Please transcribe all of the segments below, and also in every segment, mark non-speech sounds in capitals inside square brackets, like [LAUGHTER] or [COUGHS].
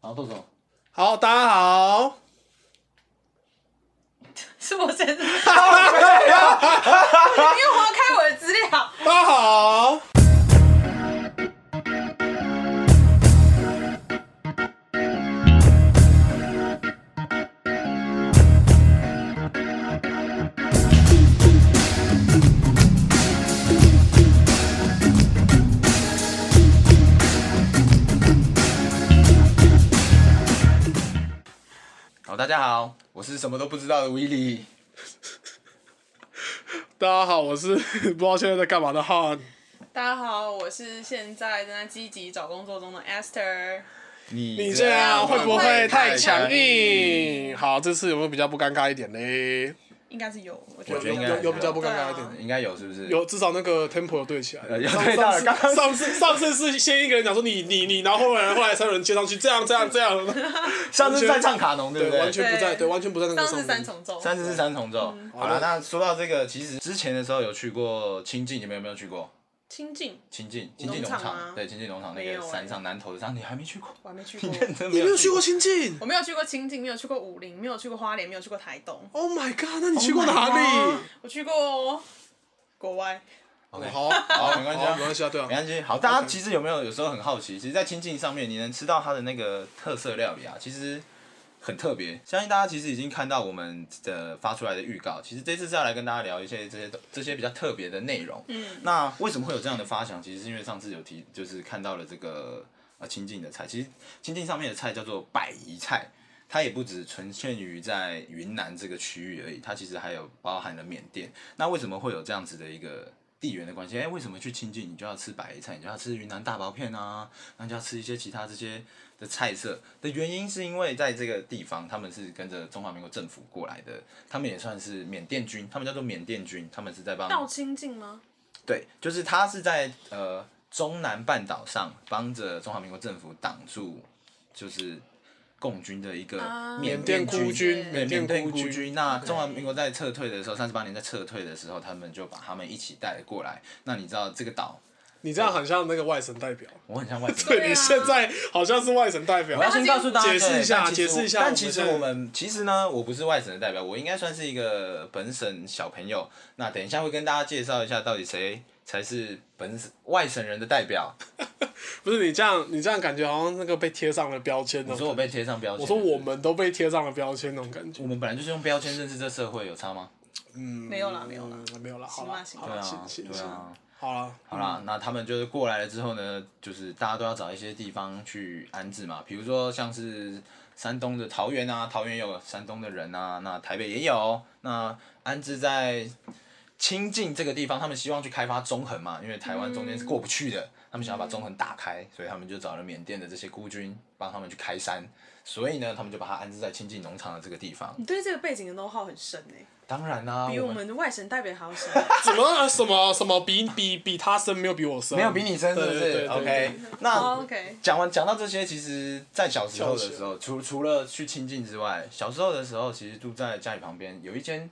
好，豆豆，好，大家好，是我 [LAUGHS] 先生，你又划开我的资料。大家好，好，大家好，我是什么都不知道的威利。大家好，我 [LAUGHS] 是不知道现在在干嘛的汉。大家好，我是现在正在积极找工作中的 Esther。你你这样会不会太强硬？硬？好，这次有没有比较不尴尬一点呢？应该是有，我觉我得觉得有应该有有比较不尴尬一对啊点，应该有是不是？有至少那个 tempo 有对起来。呃，有上对到了，刚刚上次上次是先一个人讲说你你你，然后后来后来三个人接上去，这样这样这样，上次在唱卡农对不对，对完？全不在，对，完全不在那个上上次面。三重奏，三次是三重奏。好好了，那说到这个，其实之前的时候有去过清境，你们有没有去过？清静，清境，清境农农场吗场，对，清境农场那没个有欸山上南头的山，你还没去过？我还没去你过。认真你没有去去过？清境我没有去过清静，没有去过武陵，没有去过花莲，没有去过台东， ？Oh my god！那你去过哪 Oh 里哦 my？我去过国外。 OK，好，好，没关系好啊没。关系啊，对啊没。关系，好，大家其实有没有有时候很好奇，其实，在清境上面，你能吃到它的那个特色料理啊，其实很特别。相信大家其实已经看到我们的发出来的预告，其实这次是要来跟大家聊一些这些这些比较特别的内容。嗯，那为什么会有这样的发想？其实是因为上次有提，就是看到了这个呃清境的菜，其实清境上面的菜叫做百夷菜。它也不只存限于在云南这个区域而已，它其实还有包含了缅甸。那为什么会有这样子的一个地缘的关系？哎、为什么去清境你就要吃白菜，你就要吃云南大薄片啊，那就要吃一些其他这些的菜色？的原因是因为在这个地方，他们是跟着中华民国政府过来的，他们也算是缅甸军，他们叫做缅甸军，他们是在帮到清静吗？对，就是他是在呃中南半岛上帮着中华民国政府挡住，就是共军的一个啊缅甸孤军。对军，缅缅甸甸孤孤军，军，那中华民国在撤退的时候，三十八年在撤退的时候，他们就把他们一起带过来。那你知道这个岛，你这样很像那个外省代表。我很像外啊省人。对你啊现在好像是外省代表我要。先告诉大家，解释一下对但其实解释一下但其实我们我们其实呢，我不是外省的代表，我应该算是一个本省小朋友。那等一下会跟大家介绍一下，到底谁才是本省外省人的代表。不是你这样，你这样感觉好像那个被贴上了标签那你说我种。被贴嗯上标签，我说我们都被贴上了标签那种感觉我。们本来就是用标签认识这社会，有差吗？嗯，没有啦没有啦嗯没有啦，好行啦啦，行好啦啦，啊行，行对行，啊。好啦，好啦，那他们就是过来了之后呢，就是大家都要找一些地方去安置嘛，比如说像是山东的桃园啊，桃园有山东的人啊，那台北也有，那安置在清境这个地方，他们希望去开发中横嘛，因为台湾中间是过不去嗯的，他们想要把中横打开，所以他们就找了缅甸的这些孤军帮他们去开山，所以呢，他们就把它安置在清境农场的这个地方。你对这个背景的 know how 很深诶，当然啊啦、比我我们们的外省代表还要深。怎么呃什么什么比比比他深没有比我深，没有比你深是不对对对是对？OK，哦那 OK，讲完讲到这些，其实，在小时候的时候，除除了去清境之外，小时候的时候，其实住在家里旁边有一间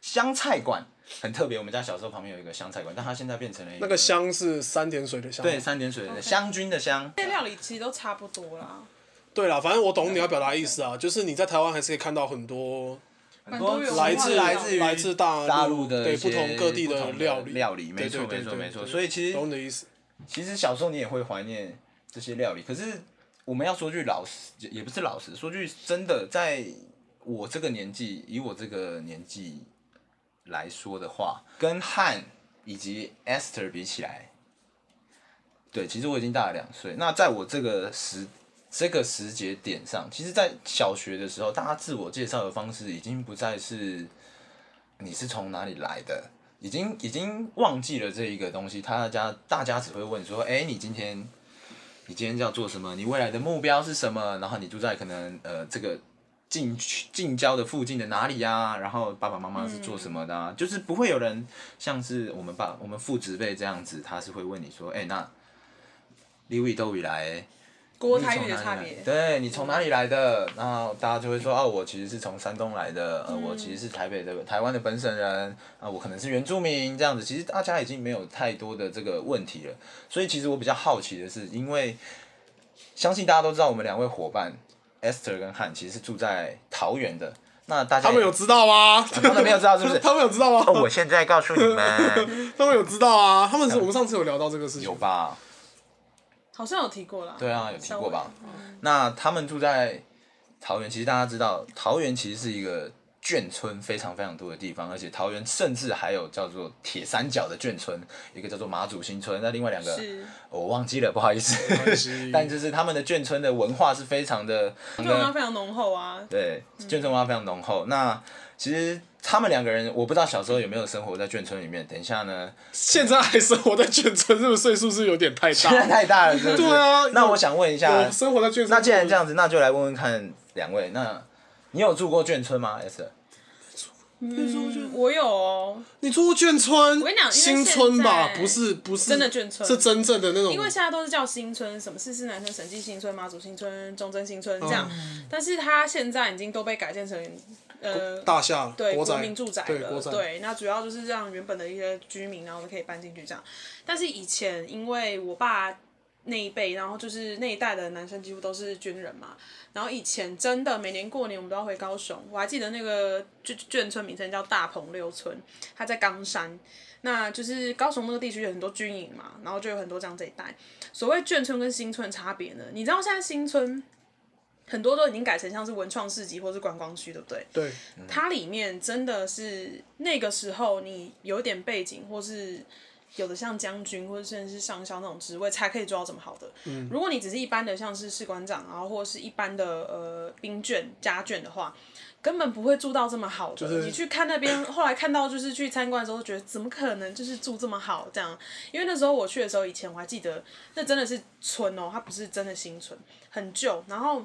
湘菜馆，很特别。我们家小时候旁边有一个湘菜馆，但它现在变成了一那个香是三点水的香。对三点水的湘军的湘，这些料理其实都差不多啦，对啦，反正我懂你要表达的意思啊，就是你在台湾还是可以看到很多很多多元文化来自的来料自理于来自大大陆的对一些不同各地不同的料理料理没对错对对没错对没错对所以其实懂你的意思。其实小时候你也会怀念这些料理，可是我们要说句老实，也也不是老实，说句真的，在我这个年纪，以我这个年纪来说的话，跟汉以及 Esther 比起来，对，其实我已经大了两岁。那在我这个时这个时节点上，其实，在小学的时候，大家自我介绍的方式已经不再是你是从哪里来的，已经已经忘记了这一个东西。大家大家只会问说，哎、你今天你今天要做什么？你未来的目标是什么？然后你住在可能呃这个近区近郊的附近的哪里呀、然后爸爸妈妈是做什么的、啊？就是不会有人像是我们爸我们父子辈这样子，他是会问你说，哎、那你位都以来的？国你台从语的哪里差来别。对你从哪里来的？然后大家就会说啊，我其实是从山东来的，嗯呃，我其实是台北的台湾的本省人，啊、我可能是原住民这样子。其实大家已经没有太多的这个问题了，所以其实我比较好奇的是，因为相信大家都知道，我们两位伙伴 Esther 跟汉其实是住在桃园的。那大家他们有知道吗？哎哦他们没有知道是不是？ [LAUGHS] 他们有知道吗？ [LAUGHS] 哦，我现在告诉你们，他们有知道啊，他们是我们上次有聊到这个事情，有吧？好像有提过啦。对啊，有提过吧？那他们住在桃园，其实大家知道，桃园其实是一个眷村非常非常多的地方，而且桃园甚至还有叫做铁三角的眷村，一个叫做马祖新村，那另外两个稍微？是，我忘记了，不好意思关 [LAUGHS] 系。但就是他们的眷村的文化是非常的，对我妈非常浓厚啊。对，眷村文化非常浓厚。那其实他们两个人，我不知道小时候有没有生活在眷村里面。等一下呢， [LAUGHS] 现在还生活在眷村，这个岁数是有点 [LAUGHS] 太现在大。太大了，是不是？对啊那我想问一下我，生活在眷村，那既然这样子，那就来问问看两位，那你有住过眷村吗？S，嗯，我有哦，你住过眷村，跟你讲因为新村吧现，在不是不是真的眷村是真正的那种。因为现在都是叫新村，什么四四南村、审计新村、马祖新村、忠贞新村这样，嗯但是它现在已经都被改建成呃大厦、对国宅、国民住宅对了国宅，对，那主要就是让原本的一些居民，然后我们可以搬进去这样。但是以前因为我爸那一辈，然后就是那一代的男生几乎都是军人嘛，然后以前真的每年过年我们都要回高雄，我还记得那个眷眷村名称叫大鹏六村，它在冈山。那就是高雄那个地区有很多军营嘛，然后就有很多这样这一带。所谓眷村跟新村差别呢，你知道现在新村很多都已经改成像是文创市集或是观光区，对不对？对，它里面真的是那个时候你有点背景，或是有的像将军，或者甚至是上校那种职位，才可以做到这么好的。嗯、如果你只是一般的像是士官长，然后或者是一般的呃兵眷家眷的话，根本不会住到这么好的。就是你去看那 [COUGHS] 边，后来看到就是去参观的时候，觉得怎么可能就是住这么好这样？因为那时候我去的时候，以前我还记得那真的是村哦、它不是真的新村，很旧，然后。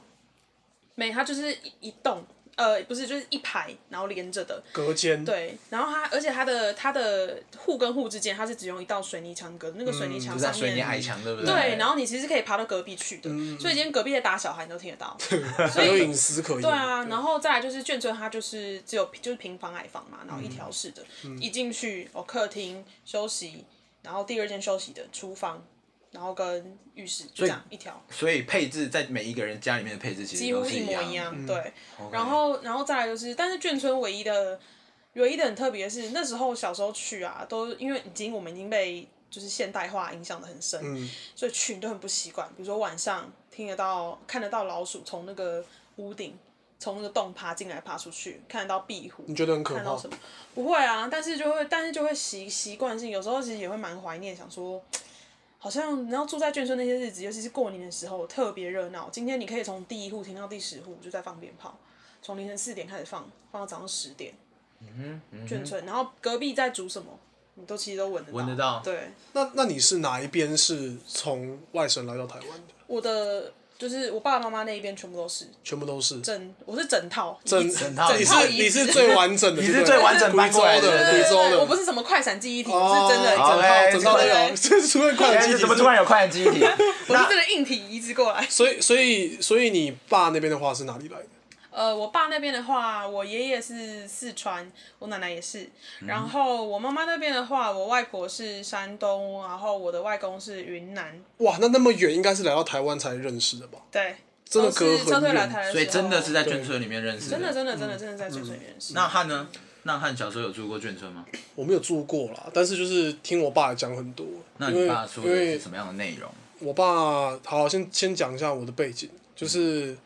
没，它就是一一栋，呃，不是，就是一排，然后连着的。隔间，对，然后它，而且它的它的户跟户之间，它是只用一道水泥墙隔，那个水泥墙就在上水面。泥矮墙，对不对？对，然后你其实可以爬到隔壁去的，所以今天隔壁在打小孩，你都听得到。所还有以隐私可言。对啊，然后再来就是眷村，它就是只有就是平房矮房嘛，然后一条式的，一进去哦，客厅休息，然后第二间休息的厨房，然后跟浴室就这样一条。所以配置在每一个人家里面的配置其实几都乎是一模样。嗯一样，对。然后，然后再来就是，但是眷村唯一的，唯一的很特别的是，那时候小时候去啊，都因为已经我们已经被就是现代化影响的很深，嗯，所以去你都很不习惯。比如说晚上听得到、看得到老鼠从那个屋顶、从那个洞爬进来、爬出去，看得到壁虎，你觉得很可看到怕什？么？不会啊，但是就会，但是就会习习惯性，有时候其实也会蛮怀念，想说，好像然后住在眷村那些日子，尤其是过年的时候，特别热闹。今天你可以从第一户听到第十户就在放鞭炮，从凌晨四点开始放，放到早上十点。嗯眷村，然后隔壁在煮什么，你都其实都闻得到。闻得到对，那那你是哪一边是从外省来到台湾的？我的就是我爸爸妈妈那一边全部都是全部都是。整，我是整套整遗址整套你整是套遗址你是最完整的，你是对不对最完整搬过来的贵州的，对贵对州对，的，我不是什么快闪记忆体，哦我是真的整好整套套整套都有，对这 [LAUGHS] 是会快但是机体哎怎么突然有快点记 [LAUGHS] 忆体？我是真的硬体移植过来。所以所以所以你爸那边的话是哪里来的？呃，我爸那边的话，我爷爷是四川，我奶奶也是。然后我妈妈那边的话，我外婆是山东，然后我的外公是云南。哇，那那么远应该是来到台湾才认识的吧？对，真的都隔是撤很退来远。台的所以时真的候是在嗯眷村里面认识。真的真的真的真的在眷村里认识。那汉呢？那汉小时候有住过眷村吗？我没有住过啦，但是就是听我爸讲很多。那因你为爸说因的为是什么样的内容？我爸，好，先先讲一下我的背景，就是、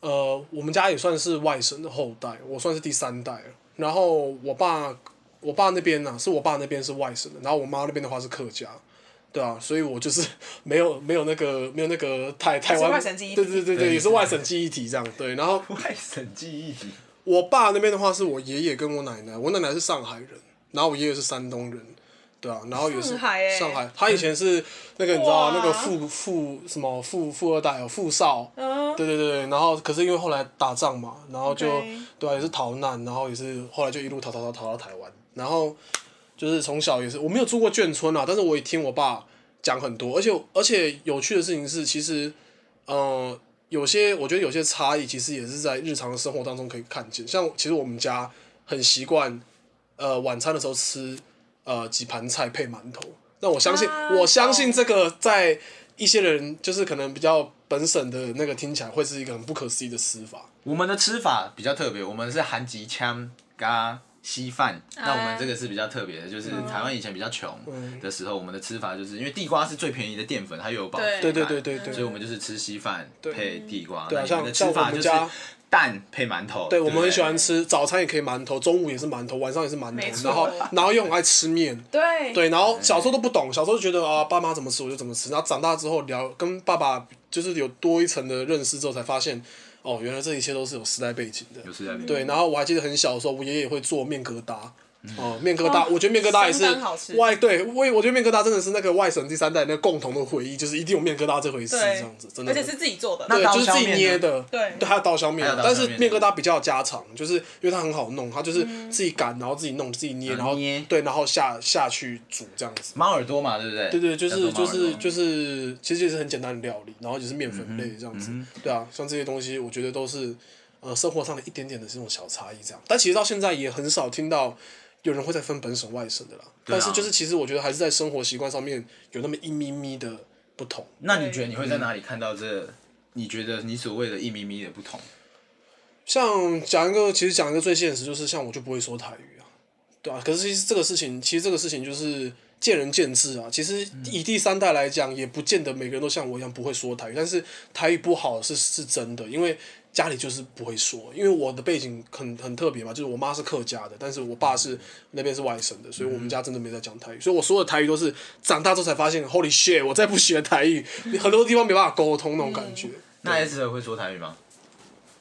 呃，我们家也算是外省的后代，我算是第三代了。然后我爸，我爸那边呢、啊是我爸那边是外省的，然后我妈那边的话是客家，对啊，所以我就是没有没有那个没有那个台台湾外省记忆体对对对对，对也是外省记忆体这样对。然后 [LAUGHS] 外省记忆体。我爸那边的话是我爷爷跟我奶奶，我奶奶是上海人，然后我爷爷是山东人，对啊，然后也是上海欸上海他以前是那个你知道哇那个富富什么富富二代哦，富少，嗯，对对对，然后可是因为后来打仗嘛，然后就 OK 对啊也是逃难，然后也是后来就一路逃逃逃逃到台湾，然后就是从小也是我没有住过眷村啊，但是我也听我爸讲很多，而且而且有趣的事情是，其实呃有些我觉得有些差异其实也是在日常生活当中可以看见，像其实我们家很习惯呃晚餐的时候吃呃几盘菜配馒头，那我相信、啊我相信这个在一些人就是可能比较本省的那个听起来会是一个很不可思议的吃法。我们的吃法比较特别，我们是韩籍腔加稀饭，那我们这个是比较特别的，就是台湾以前比较穷的时候，我们的吃法就是因为地瓜是最便宜的淀粉，它又有饱腹感，对对对对对所以我们就是吃稀饭配地瓜，对啊那你们的吃像像法我就们是家蛋配馒头，对，不我们很喜欢吃早餐也可以馒头，中午也是馒头，晚上也是馒没头，错然后然后又很爱吃面。对对，然后小时候都不懂，小时候就觉得啊，爸妈怎么吃我就怎么吃。然后长大之后聊，跟爸爸就是有多一层的认识之后，才发现哦，原来这一切都是有时代背景的。有吃在里面，对，然后我还记得很小的时候，我爷爷也会做面疙瘩。哦，面疙瘩，我觉得面疙瘩也相当好吃是外对，我也我觉得面疙瘩真的是那个外省第三代那个共同的回忆，就是一定有面疙瘩这回事，这对样子，真的。而且是自己做的，那对，刀就是削自己面捏呢的，对对，还有刀削面还啊有，刀但削是面面对疙瘩比较家常，就是因为它很好弄，它就是自己擀，然后自己弄，自己捏，然然后嗯后捏对，然后下下去煮这样子。猫耳朵嘛，对不对？对对，就叫做是猫就耳朵是就是，其实也是很简单的料理，然后就是面粉类这样子，嗯对啊，像这些东西，我觉得都是呃生活上的一点点的这种小差异这样，但其实到现在也很少听到有人会再分本省外省的啦，对啊但是就是其实我觉得还是在生活习惯上面有那么一咪咪的不同，那你觉得你嗯会在哪里看到这？你觉得你所谓的一咪咪的不同？像讲一个，其实讲一个最现实，就是像我就不会说台语啊，对啊，可是其实这个事情，其实这个事情就是见仁见智啊。其实以第三代来讲，也不见得每个人都像我一样不会说台语，但是台语不好是是真的，因为家里就是不会说。因为我的背景很很特别嘛，就是我妈是客家的，但是我爸是那边是外省的，所以我们家真的没在讲台语，所以我所有的台语都是长大之后才发现，Holy shit，我再不学台语，很多地方没办法沟通那种感觉。嗯那 S 会说台语吗？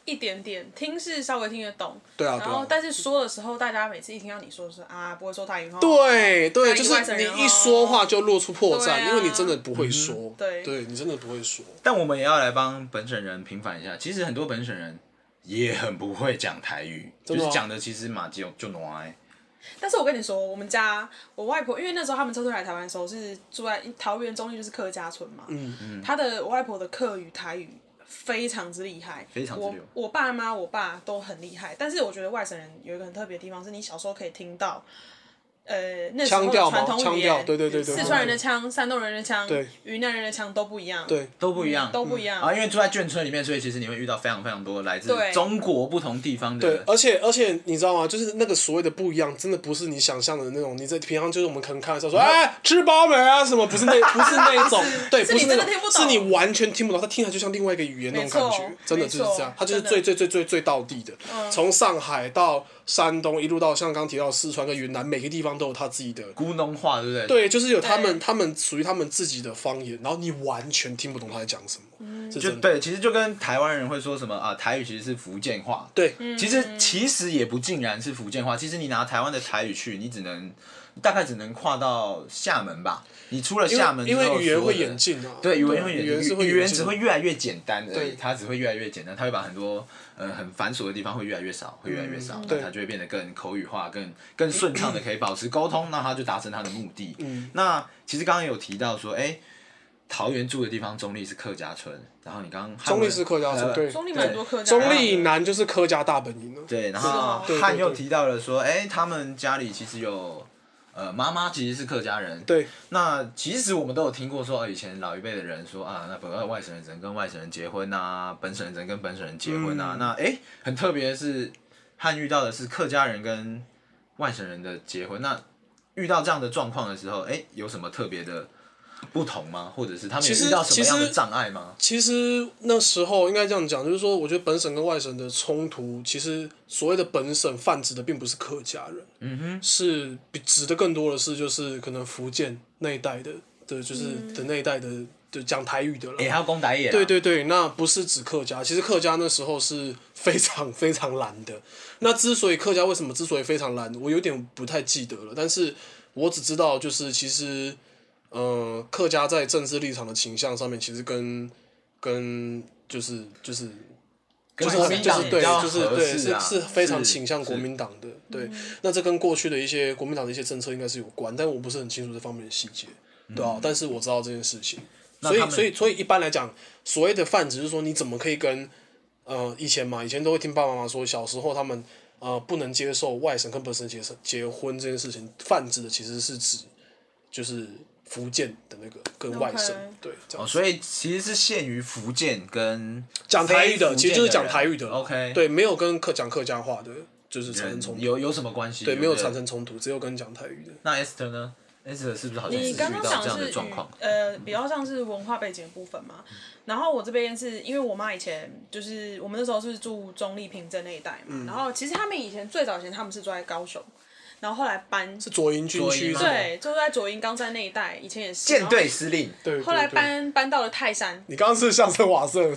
一点点听是稍微听得懂，对啊，对然后啊。但是说的时候，大家每次一听到你说的是啊，不会说台语哦，对对，那就你外省是人你一哦说话就露出破绽，对啊因为你真的不会说，对你真的不会说，但我们也要来帮本省人平反一下。其实很多本省人也很不会讲台语，就的吗是讲的其实马就就挪哎。但是我跟你说，我们家我外婆，因为那时候他们撤退来台湾的时候是住在桃园中立，就是客家村嘛。嗯嗯。他的我外婆的客语、台语非常之厉害，非常之我溜我爸妈、我爸都很厉害，但是我觉得外省人有一个很特别的地方，是你小时候可以听到，呃，那时候腔的调传嘛，统腔语调，言，对对对对，四川人的腔、山东人的腔对、云南人的腔都不一样，对都不一样，都不一样啊！因为住在眷村里面，所以其实你会遇到非常非常多来自对中国不同地方对的，。而且而且你知道吗？就是那个所谓的不一样，真的不是你想象的那种。你在平常就是我们可能开玩笑说，哎，吃饱没啊？什么不是那不是 [LAUGHS] 那一种，对，是不你那真的种听不，懂是你完全听不懂，它听起来就像另外一个语言那种感觉没错，真的就是这没错样。它就是真的嗯最最最最最到地的，从上海到山东，一路到像刚刚提到的四川跟云南，每个地方都有它自己的咕哝话，对不对？，对，就是有他对们，他们属于他们自己的方言，然后你完全听不懂他在讲什么，是就真的。对，其实就跟台湾人会说什么啊，台语其实是福建话，对，其实其实也不尽然是福建话，其实你拿台湾的台语去，你只能大概只能跨到厦门吧。你出了 [LAUGHS] 因厦门为之因后为语言所有会的演进啊，对，语言会语演言是会语言演只进会的。越来越简单而已，对它只会越来越简单，它会把很多呃很繁琐的地方会越来越少，会越来越少，那嗯对它就会变得更口语化、更更顺畅的可以保持沟通，那它就达成它的目的。嗯那其实刚刚有提到说，哎、桃园住的地方中立是客家村，然后你刚呃刚中立是客家村，对，中立蛮多客家中人的立以南就是客家大本营了。对，然是后啊对对汉又对提到了说，哎、他们家里其实有呃妈妈其实是客家人，对，那其实我们都有听过说，呃以前老一辈的人说啊，那本来外省人只能跟外省人结婚啊，本省人只能跟本省人结婚啊。那诶，很特别的是，汉遇到的是客家人跟外省人的结婚。那遇到这样的状况的时候，诶，有什么特别的不同吗？或者是他们有其实遇到什么样其的实障碍吗？其实那时候应该这样讲，就是说，我觉得本省跟外省的冲突，其实所谓的本省泛指的并不是客家人，嗯哼，是比指的更多的是就是可能福建那一带的的，就是的那一带的的讲台语的了。也还要攻打野，对，对对，那不是指客家，其实客家那时候是非常非常难的。那之所以客家为什么之所以非常难，我有点不太记得了，但是我只知道就是其实，呃，客家在政治立场的倾向上面，其实跟跟就是就是跟就是国很民就是党对比较，就是合对适是啊，是非常倾向国是民党的。对，那这跟过去的一些国民党的一些政策应该是有关，但我不是很清楚这方面的细节，对啊，但是我知道这件事情。嗯所他以，们所以，所以一般来讲，所谓的泛指是说，你怎么可以跟呃以前嘛，以前都会听爸爸妈妈说，小时候他们呃不能接受外省跟本省结结婚这件事情，泛指的其实是指就是福建的那个跟外省 OK 对，这哦，样所以其实是限于福建跟讲台语非福的建其实就是人讲台语的啦 OK，对，没有跟客讲客家话的，就是产生冲突，有有什么关系？对，不没有产。生冲突，只有跟讲台语的。那 Esther 呢？Esther 是不是好像也你是刚遇刚到讲这样是的语状况？呃，比较像是文化背景的部分嘛。然后我这边是因为我妈以前就是我们那时候是住中立平镇那一带嘛，嗯然后其实他们以前最早以前他们是住在高雄，然后后来搬是左营军区左营吗啊是吗，对，就在左营冈山那一带，以前也是。哦舰队司令，对，对然后后来对搬搬到了泰山，你刚刚是相声瓦 [LAUGHS] 嗯舍，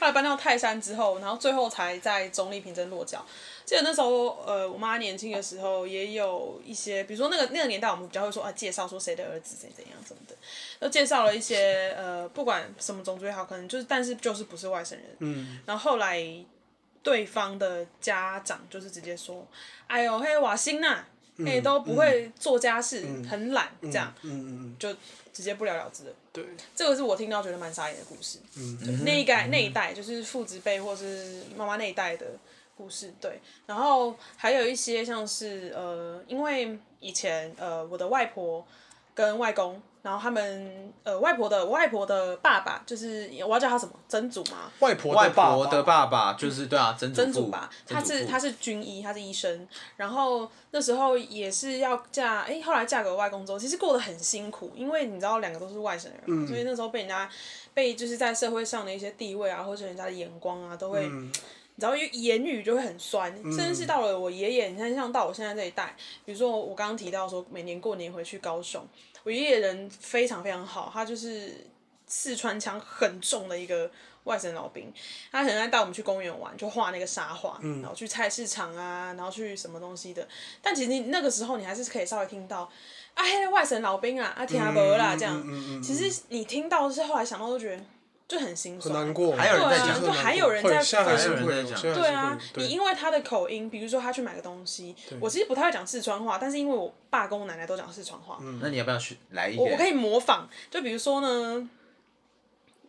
后来搬到泰山之后，然后最后才在中立平镇落脚。记得那时候，呃，我妈年轻的时候也有一些，比如说那个那个年代，我们比较会说啊，介绍说谁的儿子谁怎样什么的，就介绍了一些呃，不管什么种族也好，可能就是但是就是不是外省人。嗯，然后后来对方的家长就是直接说，哎呦嘿瓦辛呐、嘿都不会做家事，很懒这样，嗯嗯嗯嗯，就直接不了了之了。对，这个是我听到觉得蛮傻眼的故事。嗯，那一代那一代就是父子辈或是妈妈那一代的故事，对。然后还有一些像是呃，因为以前呃我的外婆跟外公，然后他们呃外婆的我外婆的爸爸就是我要叫他什么曾祖嘛，外婆外的爸婆的爸爸就是对啊，曾祖曾祖父吧，曾他祖是父他是军医，他是医生，然后那时候也是要嫁，哎、后来嫁给我外公之后，其实过得很辛苦，因为你知道两个都是外省人嘛，所以那时候被人家被就是在社会上的一些地位啊，或者人家的眼光啊，都会，你知道，因为言语就会很酸，甚至是到了我爷爷，你看像到我现在这一代，比如说我刚刚提到说每年过年回去高雄，我爷爷人非常非常好，他就是四川腔很重的一个外省老兵，他很爱带我们去公园玩，就画那个沙画，嗯然后去菜市场啊，然后去什么东西的。但其实你那个时候你还是可以稍微听到，啊，嘿，外省老兵啊，啊，听无啦、这样。嗯嗯嗯其实你听到是后来想到都觉得就很心很酸，难过，还有人在讲对就啊还有人在会现在还是还有会人有在讲现在还是会有对啊，对你因为他的口音，比如说他去买个东西，我其实不太会讲四川话，但是因为我爸跟我奶奶都讲四川话，嗯那你要不要去来一我我可点？以模仿。就比如说呢，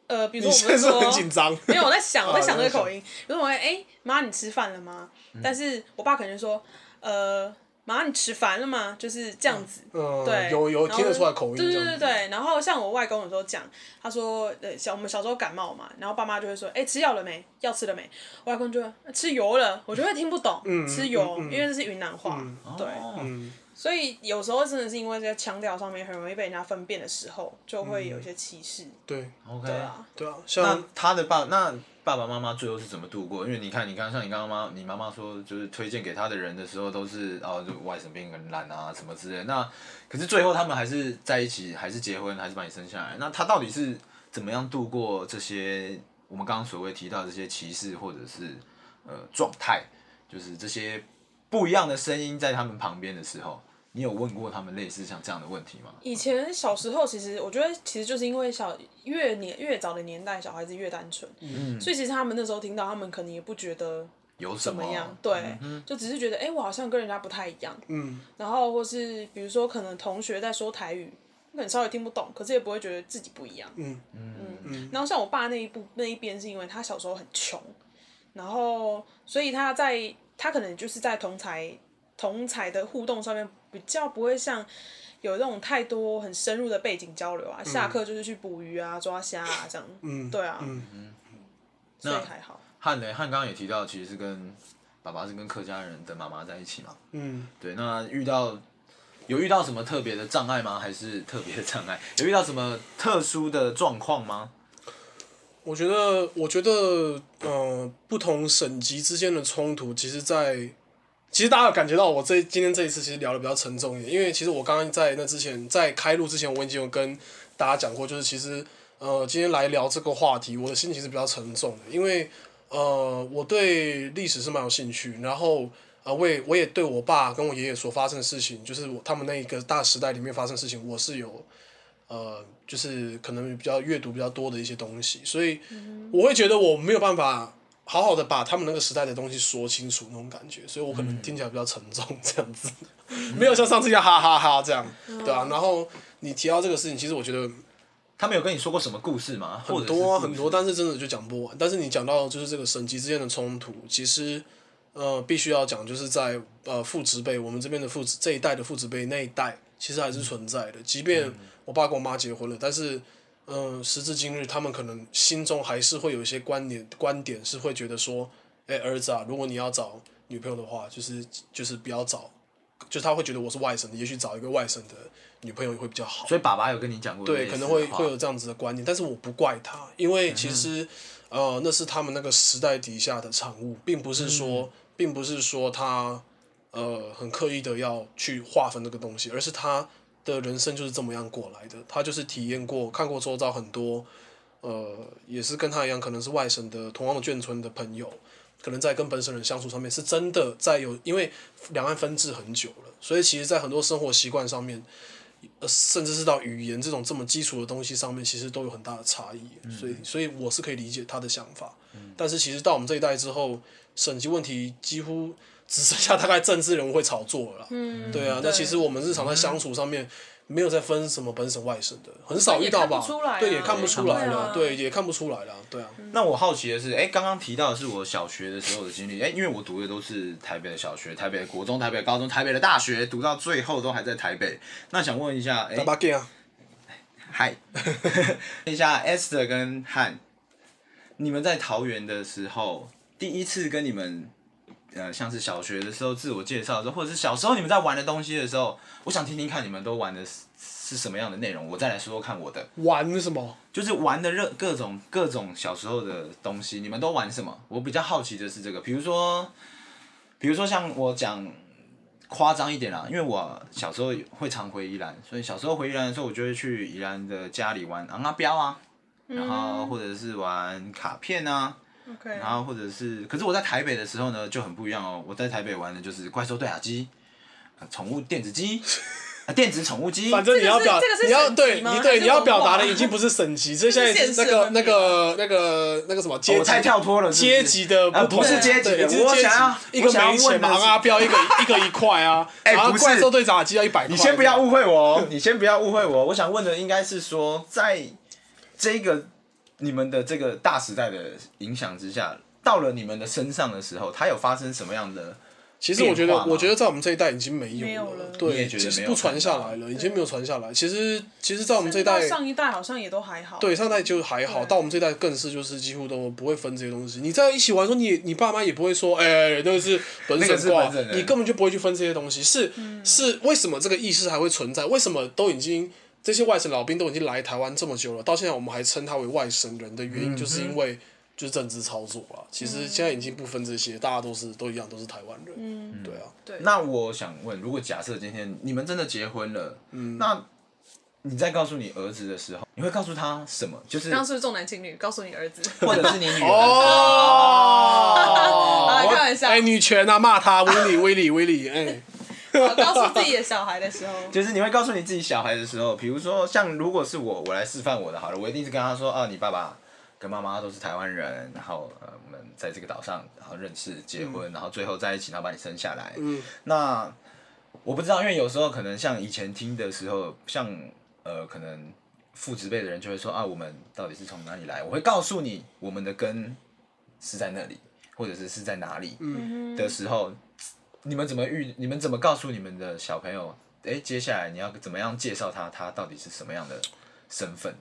呃，比如你说现在我们是说很紧张， [LAUGHS] 没有，我在想，我在想啊这个口在音。比如我会，哎、妈，你吃饭了吗？嗯但是我爸可能就说，呃，妈，你吃饭了吗？就是这样子。嗯，对，有有然后听得就出来口音，这对对样对子，对。然后像我外公有时候讲，他说，呃，小我们小时候感冒嘛，然后爸妈就会说，哎、吃药了没？药吃了没？我外公就会呃吃油了，我就会听不懂，吃油，因为这是云南话，对。哦嗯，所以有时候真的是因为这个腔调上面很容易被人家分辨的时候，就会有一些歧视，对，OK 对。啊。对啊，那像他的爸，那爸爸妈妈最后是怎么度过？因为你看，你刚像你刚刚妈，你妈妈说，就是推荐给他的人的时候，都是哦，就外省病很懒啊，什么之类的。那可是最后他们还是在一起，还是结婚，还是把你生下来。那他到底是怎么样度过这些我们刚刚所谓提到的这些歧视或者是呃状态，就是这些不一样的声音在他们旁边的时候，你有问过他们类似像这样的问题吗？以前小时候，其实我觉得，其实就是因为小越年越早的年代，小孩子越单纯，所以其实他们那时候听到，他们可能也不觉得有什怎么么样，对，就只是觉得，哎、我好像跟人家不太一样。嗯，然后或是比如说，可能同学在说台语，可能稍微听不懂，可是也不会觉得自己不一样。嗯嗯然后像我爸那一部那一边，是因为他小时候很穷，然后所以他在他可能就是在同才同才的互动上面比较不会像。有那种太多很深入的背景交流啊，下课就是去捕鱼啊、抓虾啊这样，嗯对啊，嗯，所以那还好。汉呢？汉刚刚也提到，其实是跟爸爸是跟客家人的妈妈在一起嘛。嗯，对，那遇到有遇到什么特别的障碍吗？还是特别的障碍？有遇到什么特殊的状况吗？我觉得，我觉得，呃，不同省级之间的冲突，其实在，其实大家有感觉到我这今天这一次其实聊的比较沉重一点，因为其实我刚刚在那之前，在开录之前，我已经有跟大家讲过，就是其实，呃，今天来聊这个话题，我的心情是比较沉重的，因为，呃，我对历史是蛮有兴趣，然后。啊，我也我也对我爸跟我爷爷所发生的事情，就是我他们那一个大时代里面发生的事情，我是有呃，就是可能比较阅读比较多的一些东西，所以我会觉得我没有办法好好的把他们那个时代的东西说清楚那种感觉，所以我可能听起来比较沉重这样子，没有像上次一样哈哈哈这样，对啊。然后你提到这个事情，其实我觉得他们有跟你说过什么故事吗？很多啊，或者是很多，但是真的就讲不完。但是你讲到就是这个省级之间的冲突，其实呃必须要讲，就是在呃父职辈，我们这边的父职这一代的父职辈那一代，其实还是存嗯在的。即便我爸跟我妈结婚了，但是，嗯、时至今日，他们可能心中还是会有一些观点，观点是会觉得说，哎、儿子啊，如果你要找女朋友的话，就是就是不要找，就他会觉得我是外省的，也许找一个外省的女朋友会比较好。所以爸爸有跟你讲过类对，似可的能话，嗯会会有这样子的观念，但是我不怪他，因为其实、呃，那是他们那个时代底下的产物，并不是说，嗯并不是说他呃很刻意的要去划分这个东西，而是他的人生就是这么样过来的，他就是体验过、看过周遭很多呃，也是跟他一样，可能是外省的同样的眷村的朋友，可能在跟本省人相处上面是真的在有，因为两岸分治很久了，所以其实，在很多生活习惯上面，呃，甚至是到语言这种这么基础的东西上面，其实都有很大的差异。所以，所以我是可以理解他的想法，但是其实到我们这一代之后，省级问题几乎只剩下大概政治人物会炒作了啦。嗯，对啊，那其实我们日常在相处上面，没有在分什么本省外省的，很少遇到吧？也看不出来啊对，也看不出来对了啊，嗯对，也看不出来了，对啊，那我好奇的是，哎、刚刚提到的是我小学的时候的经历，哎、因为我读的都是台北的小学、台北的国中、台北的高中、台北的大学，读到最后都还在台北。那想问一下，哎、打巴 g 啊， [LAUGHS] 嗨，问一下 Esther 跟汉，你们在桃园的时候，第一次跟你们，呃，像是小学的时候自我介绍的时候，或者是小时候你们在玩的东西的时候，我想听听看你们都玩的是是什么样的内容，我再来说说看我的。玩什么？就是玩的热各种各种小时候的东西，你们都玩什么？我比较好奇的是这个，比如说，比如说像我讲夸张一点啊啦，因为我小时候会常回宜兰，所以小时候回宜兰的时候，我就会去宜兰的家里玩昂啊标啊，然后或者是玩卡片啊， OK，然后或者是，可是我在台北的时候呢就很不一样哦，我在台北玩的就是怪兽对打机，呃宠物电子鸡，啊电子宠物鸡， [LAUGHS] 反正你要表这个是，你要省级对吗你还是对你要文化表达的已经不是省级，这现在现是实那个问那题个那个那个什么阶我级太跳脱了是不是阶级的啊同，不是阶级对的已经是我阶级想要一个我想要没钱啊问的嘛，是阿标一个一个一块啊， [LAUGHS] 哎然后不是怪兽对打机要一百你块，先不要误会我哦，你 [LAUGHS] 先不要误会我。我想问的应该是说，在这个你们的这个大时代的影响之下，到了你们的身上的时候，它有发生什么样的？其实我觉变得化，吗我觉得在我们这一代已经没有没有了了，你对，也觉得其没实有不传下来了，已经没有传下来。其实，其实，在我们这一代，上一代好像也都还好。对，上代就还好，对到我们这代更是就是几乎都不会分这些东西。你在一起玩的时候，你你爸妈也不会说，哎、那个是本那个是省挂本省，人你根本就不会去分这些东西。是、嗯是，为什么这个意识还会存在？为什么都已经这些外省老兵都已经来台湾这么久了，到现在我们还称他为外省人的嗯原因，就是因为就是政治操作啊。其实现在已经不分这些，大家都是都一样，都是台湾人。嗯，对啊，对。那我想问，如果假设今天你们真的结婚了，嗯那你在告诉你儿子的时候，你会告诉他什么？就是刚刚是不是重男轻女？告诉你儿子，或者是你女儿的时候啊哦 [LAUGHS] 好啦啊开玩笑哎、女权啊，骂他，威利，威利，威利，哎、我告诉自己的小孩的时候，就是你会告诉你自己小孩的时候，比如说像如果是我，我来示范我的好了，我一定是跟他说啊，你爸爸跟妈妈都是台湾人，然后呃我们在这个岛上然后认识、结婚，然后最后在一起，然后把你生下来。嗯，那我不知道，因为有时候可能像以前听的时候，像呃可能父职辈的人就会说啊，我们到底是从哪里来？我会告诉你我们的根是在那里，或者是是在哪里。嗯的时候，你们怎么遇？你们怎么告诉你们的小朋友？哎、接下来你要怎么样介绍他？他到底是什么样的身份？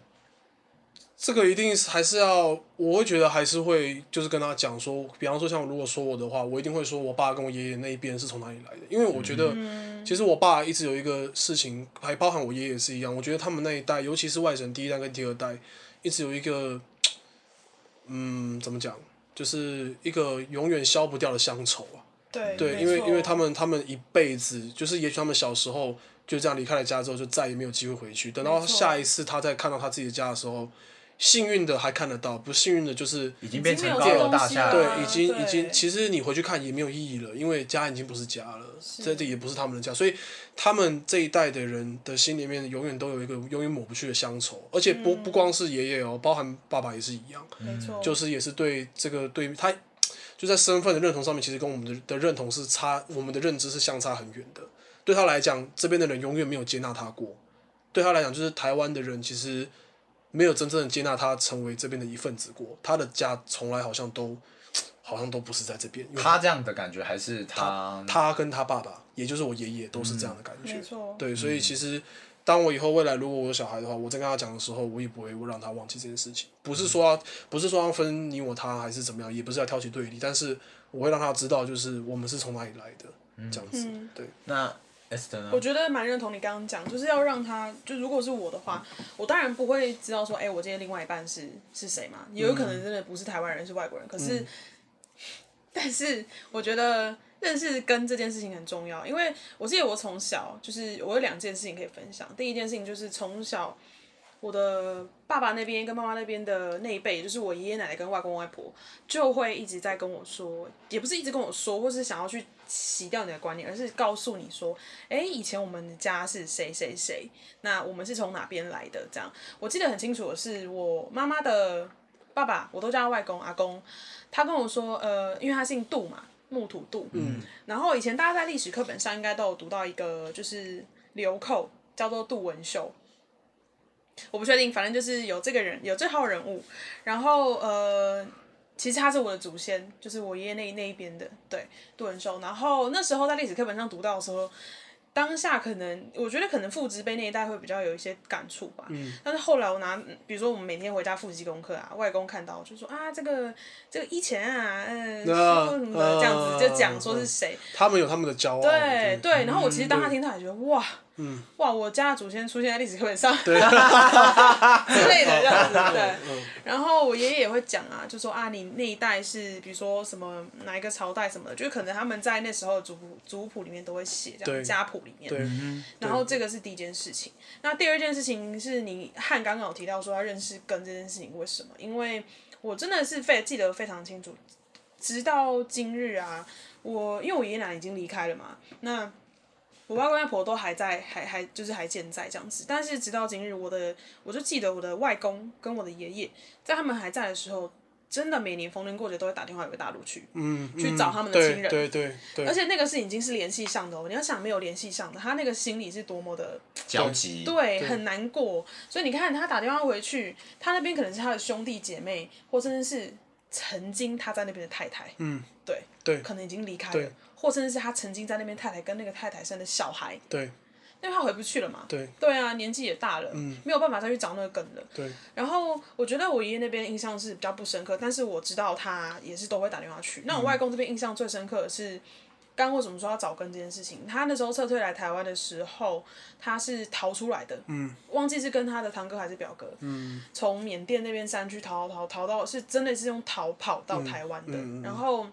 这个一定是还是要，我会觉得还是会就是跟他讲说，比方说像如果说我的话，我一定会说我爸跟我爷爷那一边是从哪里来的，因为我觉得其实我爸一直有一个事情，还包含我爷爷也是一样，我觉得他们那一代，尤其是外省第一代跟第二代，一直有一个，嗯，怎么讲，就是一个永远消不掉的乡愁啊。对对，没因为错因为他们他们一辈子就是，也许他们小时候就这样离开了家之后，就再也没有机会回去。等到没错下一次他再看到他自己的家的时候，幸运的还看得到，不幸运的就是已经变成已高经没有楼大厦，这个东对，西已经了对已经，其实你回去看也没有意义了，因为家已经不是家了，这里也不是他们的家，所以他们这一代的人的心里面永远都有一个永远抹不去的乡愁，而且嗯不不光是爷爷哦，包含爸爸也是一样。没错，就是也是对这个对他，就在身份的认同上面，其实跟我们的的认同是差，我们的认知是相差很远的。对他来讲，这边的人永远没有接纳他过。对他来讲，就是台湾的人其实没有真正的接纳他成为这边的一份子过。他的家从来好像都好像都不是在这边，因为他这样的感觉还是他他跟他爸爸也就是我爷爷，都是这样的感觉。没错对，所以其实当我以后未来如果我有小孩的话，我在跟他讲的时候，我也不会让他忘记这件事情。不是说要不是说要分你我他还是怎么样，也不是要挑起对立，但是我会让他知道，就是我们是从哪里来的。这样子，嗯对，那 Esther 呢我？觉得蛮认同你刚刚讲，就是要让他，就如果是我的话，我当然不会知道说，哎、我今天另外一半是是谁嘛，也有可能真的不是台湾人，是外国人。可是， [LAUGHS] 但是我觉得认识跟这件事情很重要，因为我记得我从小就是我有两件事情可以分享。第一件事情就是从小我的爸爸那边跟妈妈那边的那一辈，也就是我爷爷奶奶跟外公外婆，就会一直在跟我说，也不是一直跟我说，或是想要去洗掉你的观念，而是告诉你说，哎、以前我们的家是谁谁谁，那我们是从哪边来的？这样，我记得很清楚的是，我妈妈的爸爸，我都叫他外公阿公，他跟我说，呃，因为他姓杜嘛，木土杜，嗯，然后以前大家在历史课本上应该都有读到一个就是流寇，叫做杜文秀。我不确定，反正就是有这个人，有这号人物，然后呃，其实他是我的祖先，就是我爷爷那那一边的，对，杜文秀。然后那时候在历史课本上读到的时候，当下可能我觉得可能父职辈那一代会比较有一些感触吧。嗯。但是后来我拿，比如说我们每天回家复习功课啊，外公看到就说啊，这个这个一钱啊，嗯、啊什么的这样啊子，就讲说是谁。他们有他们的骄傲。对对，然后我其实当他听到，也觉得哇，哇，我家的祖先出现在历史课本上，对嗯 [LAUGHS] 之类哦的这样子， [LAUGHS] 对。然后我爷爷也会讲啊，就说啊，你那一代是比如说什么哪一个朝代什么的，就是可能他们在那时候的族谱族谱里面都会写这对样家谱里面，对，然后这个是第一件事情。那第二件事情是你汉刚刚有提到说要认识根这件事情，为什么？因为我真的是非记得非常清楚，直到今日啊，我因为我爷爷奶奶已经离开了嘛，那我外公外婆都还在，还还就是还健在这样子。但是直到今日，我的我就记得我的外公跟我的爷爷，在他们还在的时候，真的每年逢年过节都会打电话回大陆去，嗯，去找他们的对亲人对对对，而且那个是已经是联系上的哦。你要想没有联系上的，他那个心里是多么的。交集，对，很难过。所以你看，他打电话回去，他那边可能是他的兄弟姐妹，或甚至是曾经他在那边的太太，嗯，对，对可能已经离开对了，或甚至是他曾经在那边太太跟那个太太生的小孩，对因为他回不去了嘛。对啊，年纪也大了，嗯没有办法再去找那个梗了。对，然后我觉得我爷爷那边印象是比较不深刻，但是我知道他也是都会打电话去。那我嗯外公这边印象最深刻的是，刚刚为什么说要早更这件事情？他那时候撤退来台湾的时候，他是逃出来的，嗯，忘记是跟他的堂哥还是表哥，嗯，从缅甸那边山区逃逃逃到是真的是用逃跑到台湾的，嗯嗯嗯然后。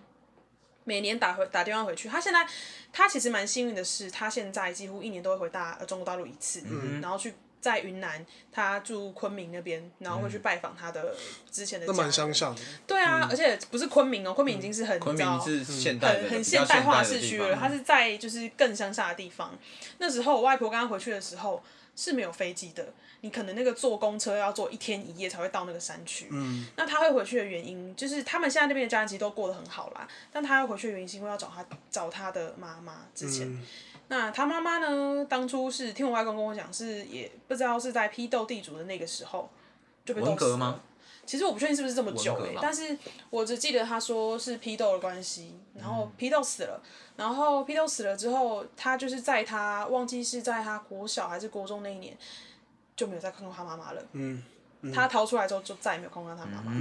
每年打回打电话回去，他现在他其实蛮幸运的是，他现在几乎一年都会回大呃中国大陆一次，嗯然后去在云南，他住昆明那边，然后会去嗯拜访他的之前的家那人。蛮相像的。对啊，而且不是昆明哦，昆明已经是很嗯昆你知道明是现代的，很很比较现代化的市地区方嗯了，它是在就是更乡下的地方。那时候我外婆刚刚回去的时候是没有飞机的，你可能那个坐公车要坐一天一夜才会到那个山区。嗯，那他会回去的原因就是他们现在那边的家人其实都过得很好啦，但他要回去的原因是因为要找他找他的妈妈之前。嗯那他妈妈呢？当初是听我外公跟我讲，是也不知道是在批斗地主的那个时候就被斗文死革了吗？？其实我不确定是不是这么久文欸革吧但是我只记得他说是批斗的关系，然后批斗死了，然后批斗死了之后，他就是在他忘记是在他国小还是国中那一年就没有再看过他妈妈了。嗯，他逃出来之后就再也没有看过他妈妈，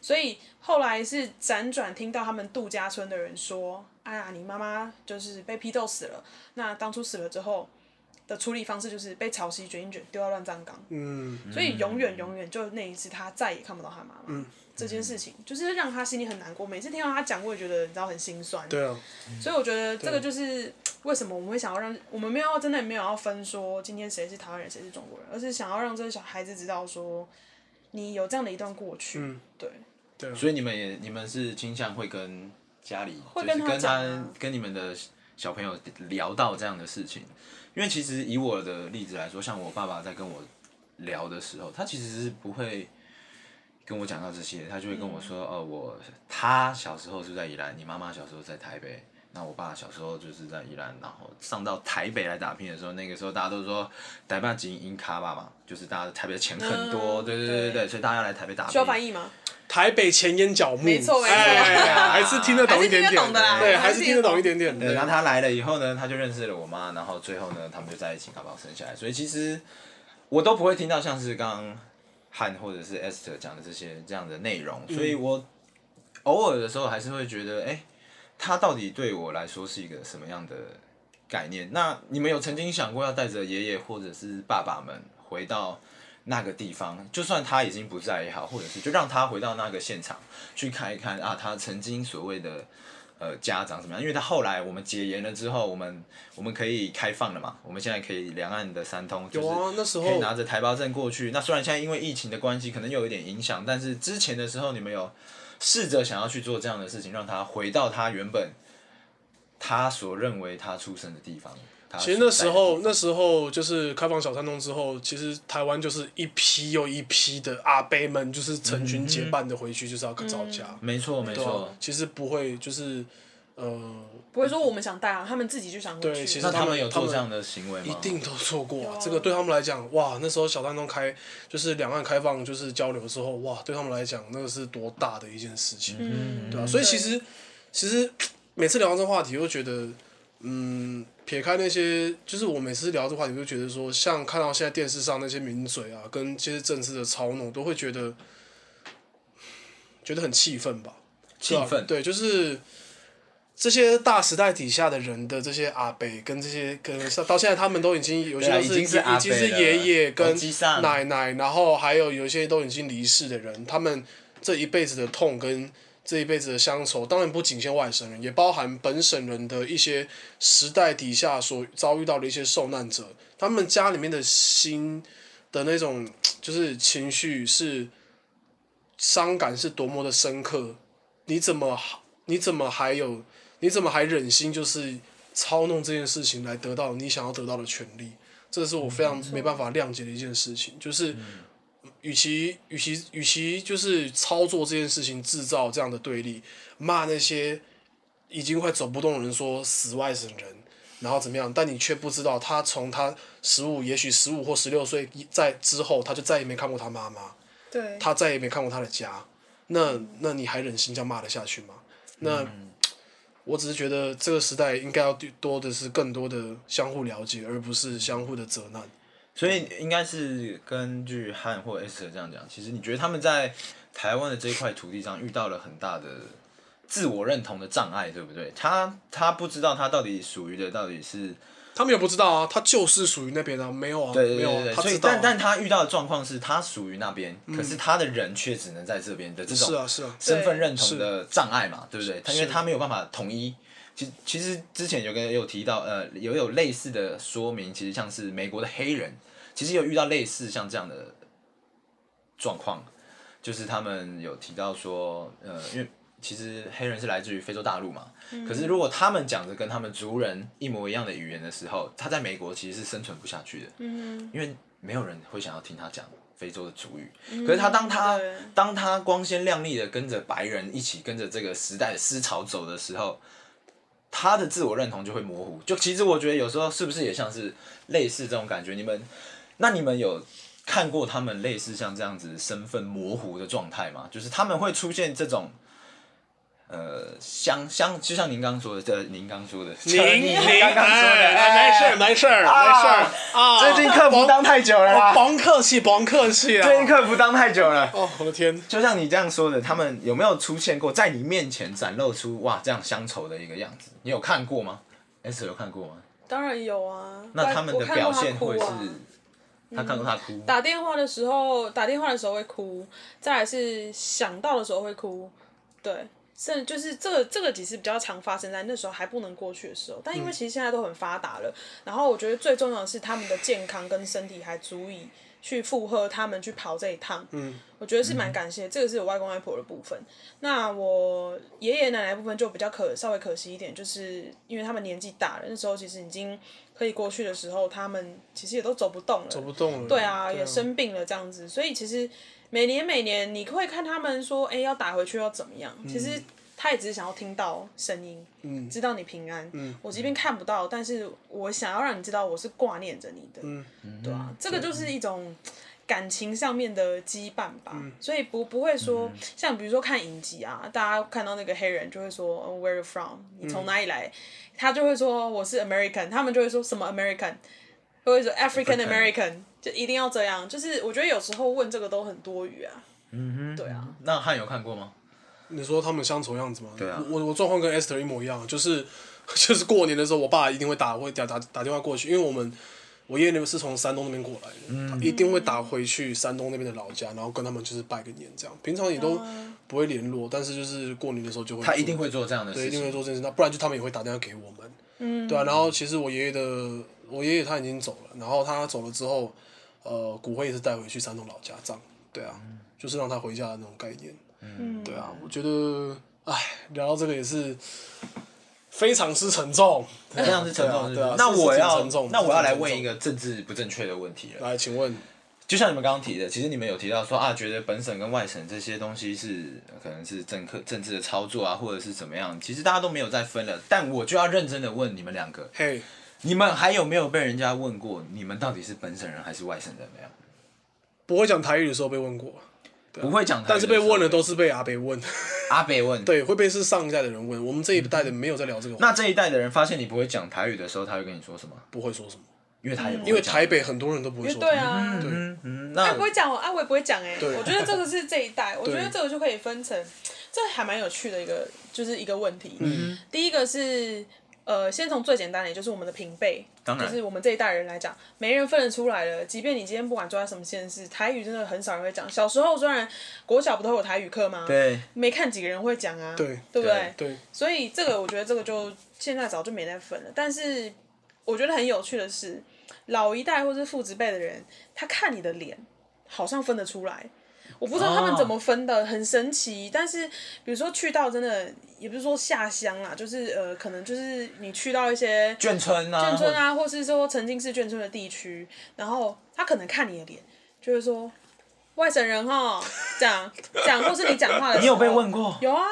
所以后来是辗转听到他们杜家村的人说：“哎呀，你妈妈就是被批斗死了。那当初死了之后的处理方式就是被潮汐卷一卷丢到乱葬岗。”嗯，所以永远永远就那一次，他再也看不到他妈妈。这件事情就是让他心里很难过。每次听到他讲，我也觉得你知道很心酸。对啊，所以我觉得这个就是为什么我们会想要让我们没有真的没有要分说今天谁是台湾人谁是中国人，而是想要让这个小孩子知道说你有这样的一段过去。嗯对，所以你们也你们是倾向会跟家里，会就是跟他跟讲啊跟你们的小朋友聊到这样的事情，因为其实以我的例子来说，像我爸爸在跟我聊的时候，他其实是不会跟我讲嗯到这些，他就会跟我说，哦，我他小时候住在宜兰，你妈妈小时候在台北。那我爸小时候就是在宜兰，然后上到台北来打拼的时候，那个时候大家都说台北金银卡吧嘛，就是大家台北钱很多，嗯对对对对对，所以大家来台北打需要翻拼。译嗯吗？台北前烟角木，没错没错哎还是听得懂一点还是听得点懂的啦对，还还是是听听得得懂懂一点点对，然后的。他来了以后呢，他就认识了我妈，然后最后呢，他们就在一起，搞不好生下来。所以其实我都不会听到像是刚刚汉或者是 Esther 讲的这些这样的内容，所以我偶尔的时候还是会觉得，哎、他到底对我来说是一个什么样的概念？那你们有曾经想过要带着爷爷或者是爸爸们回到那个地方，就算他已经不在也好，或者是就让他回到那个现场去看一看啊，他曾经所谓的。呃，家长怎么样？因为他后来我们解严了之后，我们我们可以开放了嘛？我们现在可以两岸的三通，就是有啊，那时可以候拿着台胞证过去。那虽然现在因为疫情的关系，可能有一点影响，但是之前的时候你们有试着想要去做这样的事情，让他回到他原本他所认为他出生的地方。他其实那所时在的地候方，那时候就是开放小三通之后，其实台湾就是一批又一批的阿伯们，就是成群结伴的回去，就是要找嗯家。没错没对啊错，，其实不会，就是呃，不会说我们想带啊，他们自己就想回去。对其实那他们们有他做们这样的行为吗？一定都错过、有啊啊。这个对他们来讲，哇，那时候小三通开就是两岸开放，就是交流之后，哇，对他们来讲，那个是多大的一件事情。嗯，对啊，所以其实其实每次聊到这个话题，我就觉得，嗯，撇开那些，就是我每次聊这个话题，我就觉得说，像看到现在电视上那些名嘴啊，跟这些政治的操弄，都会觉得觉得很气愤吧？气对啊愤，对，就是。这些大时代底下的人的这些阿伯跟这些，可能是到现在他们都已经有些对啊都已经是阿已经是伯了爷爷跟手机上奶奶，然后还有有一些都已经离世的人，他们这一辈子的痛跟这一辈子的乡愁，当然不仅限外省人，也包含本省人的一些时代底下所遭遇到的一些受难者，他们家里面的心的那种就是情绪是伤感是多么的深刻，你怎么你怎么还有你怎么还忍心就是操弄这件事情来得到你想要得到的权利？这是我非常没办法谅解的一件事情，就是。与其与其与其就是操作这件事情制造这样的对立，骂那些已经快走不动的人说死外省人，然后怎么样，但你却不知道他从他十五，也许十五或十六岁在之后，他就再也没看过他妈妈，对，他再也没看过他的家，那那你还忍心这样骂得下去吗？那、我只是觉得这个时代应该要多的是更多的相互了解，而不是相互的责难。所以应该是根据汉或 S 这样讲，其实你觉得他们在台湾的这一块土地上遇到了很大的自我认同的障碍，对不对？他他不知道他到底属于的到底是他们也不知道啊，他就是属于那边啊，没有啊，对对没有、对对，啊，他所以知道、啊但但他遇到的状况是他属于那边，可是他的人却只能在这边的这是种啊是啊，身份对认同的障碍嘛，对不对？他因为是他没有办法统一。其其实之前有个有提到，呃，也有类似的说明，其实像是美国的黑人，其实有遇到类似像这样的状况，就是他们有提到说，呃，因为其实黑人是来自于非洲大陆嘛，嗯可是如果他们讲着跟他们族人一模一样的语言的时候，他在美国其实是生存不下去的，嗯，因为没有人会想要听他讲非洲的族语。可是他当他、嗯对当他光鲜亮丽的跟着白人一起跟着这个时代的思潮走的时候，他的自我认同就会模糊。就其实我觉得有时候是不是也像是类似这种感觉？你们，那你们有看过他们类似像这样子身份模糊的状态吗？就是他们会出现这种。呃，相相就像您刚说的，这您刚说的，您刚刚说的，哎没事没事没事啊，最近客服当太久了啦，甭客气甭客气啊，最近客服当太久了。哦我的天，就像你这样说的，他们有没有出现过在你面前展露出哇这样乡愁的一个样子？你有看过吗？S 有看过吗？当然有啊。那他们我的看过表他现哭会是啊？他看过他哭，打电话的时候，打电话的时候会哭，再来是想到的时候会哭，对，甚就是这个这个几次比较常发生在那时候还不能过去的时候，嗯但因为其实现在都很发达了，然后我觉得最重要的是他们的健康跟身体还足以去负荷他们去跑这一趟，嗯，我觉得是蛮感谢，这个是我外公外婆的部分。那我爷爷奶奶部分就比较可稍微可惜一点，就是因为他们年纪大了，那时候其实已经可以过去的时候，他们其实也都走不动了，走不动了，对啊，也生病了这样子，所以其实每年每年你会看他们说，哎、要打回去要怎么样？其实他也只是想要听到声音，嗯知道你平安。我即便看不到，但是我想要让你知道我是挂念着你的。嗯对啊，这个就是一种感情上面的羁绊吧。所以不不会说、像比如说看影集啊，大家看到那个黑人就会说、呃 Where you from？你从哪里来？他就会说我是 American，他们就会说什么 American，或者说 African African American，就一定要这样。就是我觉得有时候问这个都很多余啊。嗯对啊，那汉有看过吗？你说他们相处的样子吗？对啊我我状况跟 Esther 一模一 [LAUGHS] 样，就是就是过年的时候，我爸一定会打会打打打电话过去，因为我们我爷爷那边是从山东那边过来的，嗯他一定会打回去山东那边的老家，然后跟他们就是拜个年这样。平常也都不会联络，但是就是过年的时候就会他做一定会做这样的对，事一定会情。做这件事，那不然就他们也会打电话给我们，嗯，对啊。然后其实我爷爷的，我爷爷他已经走了，然后他走了之后，呃，骨灰也是带回去山东老家葬，对啊，嗯就是让他回家的那种概念，嗯，对啊。我觉得，哎，聊到这个也是非常之沉重，这样是沉重的事对啊对啊情。那是是我挺要沉重，的那我要来问是挺沉重啊一个政治不正确的问题了。来，请问，就像你们刚刚提的，其实你们有提到说啊，觉得本省跟外省这些东西是可能是政客政治的操作啊，或者是怎么样，其实大家都没有再分了。但我就要认真的问你们两个，嘿，你们还有没有被人家问过，你们到底是本省人还是外省人没有？不会讲台语的时候被问过，不会讲台语的时候，啊但是被问的都是被阿北问，阿北问。对，会被是上一代的人问，我们这一代的没有在聊这个，那这一代的人发现你不会讲台语的时候，他会跟你说什么？不会说什么，因为他也不会嗯因为讲台北很多人都不会因为说，对啊。嗯嗯，他那不会讲我，啊，我也不会讲哎、对我觉得这个是这一代，我觉得对这个就可以分成，这还蛮有趣的一个，就是一个问题。嗯、第一个是，呃，先从最简单的，也就是我们的平辈，当然就是我们这一代人来讲，没人分得出来了。即便你今天不管住在什么县市，台语真的很少人会讲。小时候虽然国小不都有台语课吗？，对没看几个人会讲啊，对对不对？对，所以这个我觉得这个就现在早就没在分了。但是我觉得很有趣的是，老一代或是父子辈的人，他看你的脸，好像分得出来。我不知道他哦们怎么分的，很神奇。但是比如说去到真的，也不是说下乡啦，就是呃，可能就是你去到一些眷村啊，眷村啊，或是说曾经是眷村的地区，然后他可能看你的脸，就会说外省人哈，这样这样，或是你讲话的， [LAUGHS] 或，你有被问？过？有啊，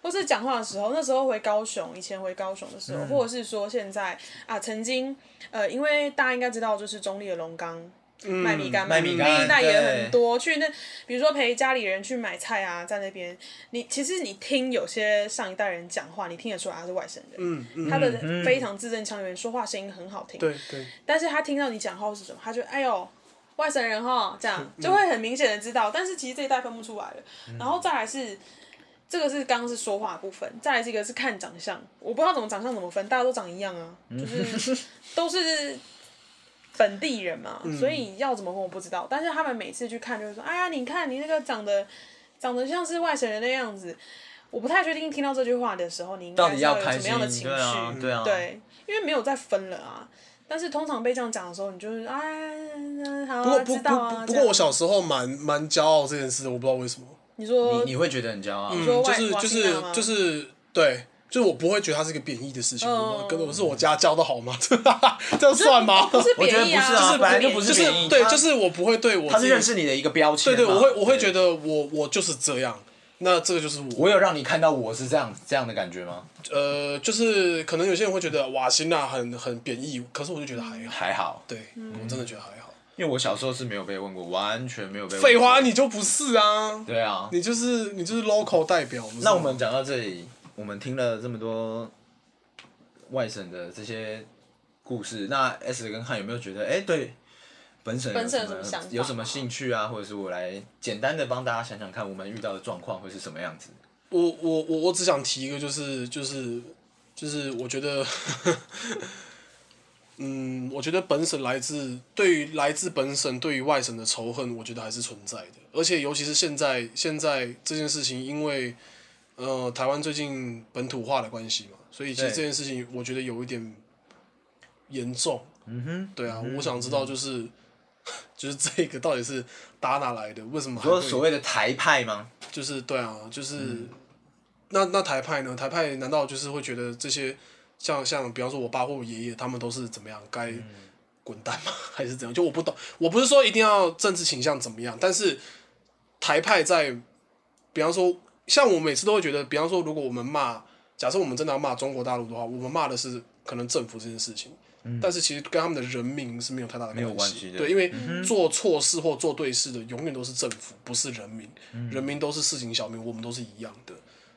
或是讲话的时候，那时候回高雄，以前回高雄的时候，或者是说现在啊，曾经呃，因为大家应该知道，就是中立的龙岗。卖米干，嗯卖米干那一带也对很多。去那，比如说陪家里人去买菜啊，在那边，你其实你听有些上一代人讲话，你听得出来他是外省人，嗯嗯，他的非常字正腔圆，说话声音很好听。对对，但是他听到你讲话是什么，他就哎呦，外省人哈，这嗯样就会很明显的知道。但是其实这一代分不出来了。然后再来是，这个是刚刚是说话的部分，再来这个是看长相，我不知道怎么长相怎么分，大家都长一样啊，嗯就是 [LAUGHS] 都是本地人嘛，嗯所以要怎么分我不知道。但是他们每次去看就会说，哎呀，你看你那个长得长得像是外省人的样子。我不太确定听到这句话的时候，你应到该底是要有开什么心样的情绪？对啊，对啊，对，因为没有再分了啊。但是通常被这样讲的时候，你就是哎，嗯好不过啊，不知不道啊。不不这过样我小时候蛮蛮骄傲这件事，我不知道为什么，你说你你会觉得很骄傲。就说外啊是瓦就西是纳吗就是对。就是我不会觉得它是一个贬义的事情，我嗯跟我是我家教的好 [LAUGHS] 吗？这样算吗？不是我觉得贬义啊，不是啊本来就贬不就是义是贬义对，它就是我不会对我他自是己认识你的一个标签对嘛。对，我会我会觉得得我我就是这样，那这个就是我我有让你看到我是这样这样的感觉吗？呃，就是可能有些人会觉得瓦辛纳很很贬义，可是我就觉得还好，还好，对嗯我真的觉得还好。因为我小时候是没有被问过，完全没有被问过。废话，你就不是啊，对啊。你就是你就是 local 代表。不是那我吗们讲到这里，我们听了这么多外省的这些故事，那 S 跟汉有没有觉得，哎、对本省本省有有什么想法有什么兴趣啊？或者是我来简单的帮大家想想看，我们遇到的状况会是什么样子？我我我我只想提一个，就是就是就是，我觉得， [LAUGHS] 嗯，我觉得本省来自对于来自本省对于外省的仇恨，我觉得还是存在的。而且尤其是现在现在这件事情，因为呃台湾最近本土化的关系嘛，所以其实对这件事情我觉得有一点严重。嗯哼，对啊，我想知道就是。 [LAUGHS] 就是这个到底是打哪来的？为什么还说会所谓的嗯台派吗？就是对啊，就是、那那台派呢？台派难道就是会觉得这些像像比方说我爸或我爷爷他们都是怎么样该滚蛋吗？ [LAUGHS] 还是怎样？就我不懂，我不是说一定要政治倾向怎么样，但是台派在比方说像我每次都会觉得，比方说，如果我们骂，假设我们真的要骂中国大陆的话，我们骂的是可能政府这件事情，但是其实跟他们的人民是没有太大的嗯没有关系系的嗯对，因为做错事或做对事的永远都是政府，不是人民，嗯人民都是市井小民，我们都是一样的，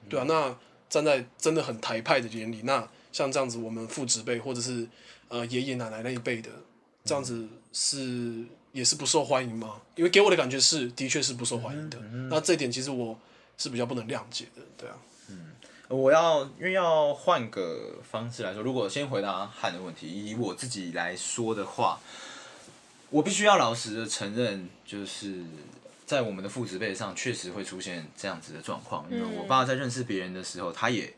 对啊，那站在真的很台派的眼里，那像这样子，我们父职辈或者是呃爷爷奶奶那一辈的，这样子是也是不受欢迎吗？因为给我的感觉是，的确是不受欢迎嗯的。那这一点其实我是比较不能谅解的，对啊，我要因为要换个方式来说，如果先回答汉的问题，以我自己来说的话，我必须要老实的承认，就是在我们的父职辈上确实会出现这样子的状况。因为我爸在认识别人的时候，他也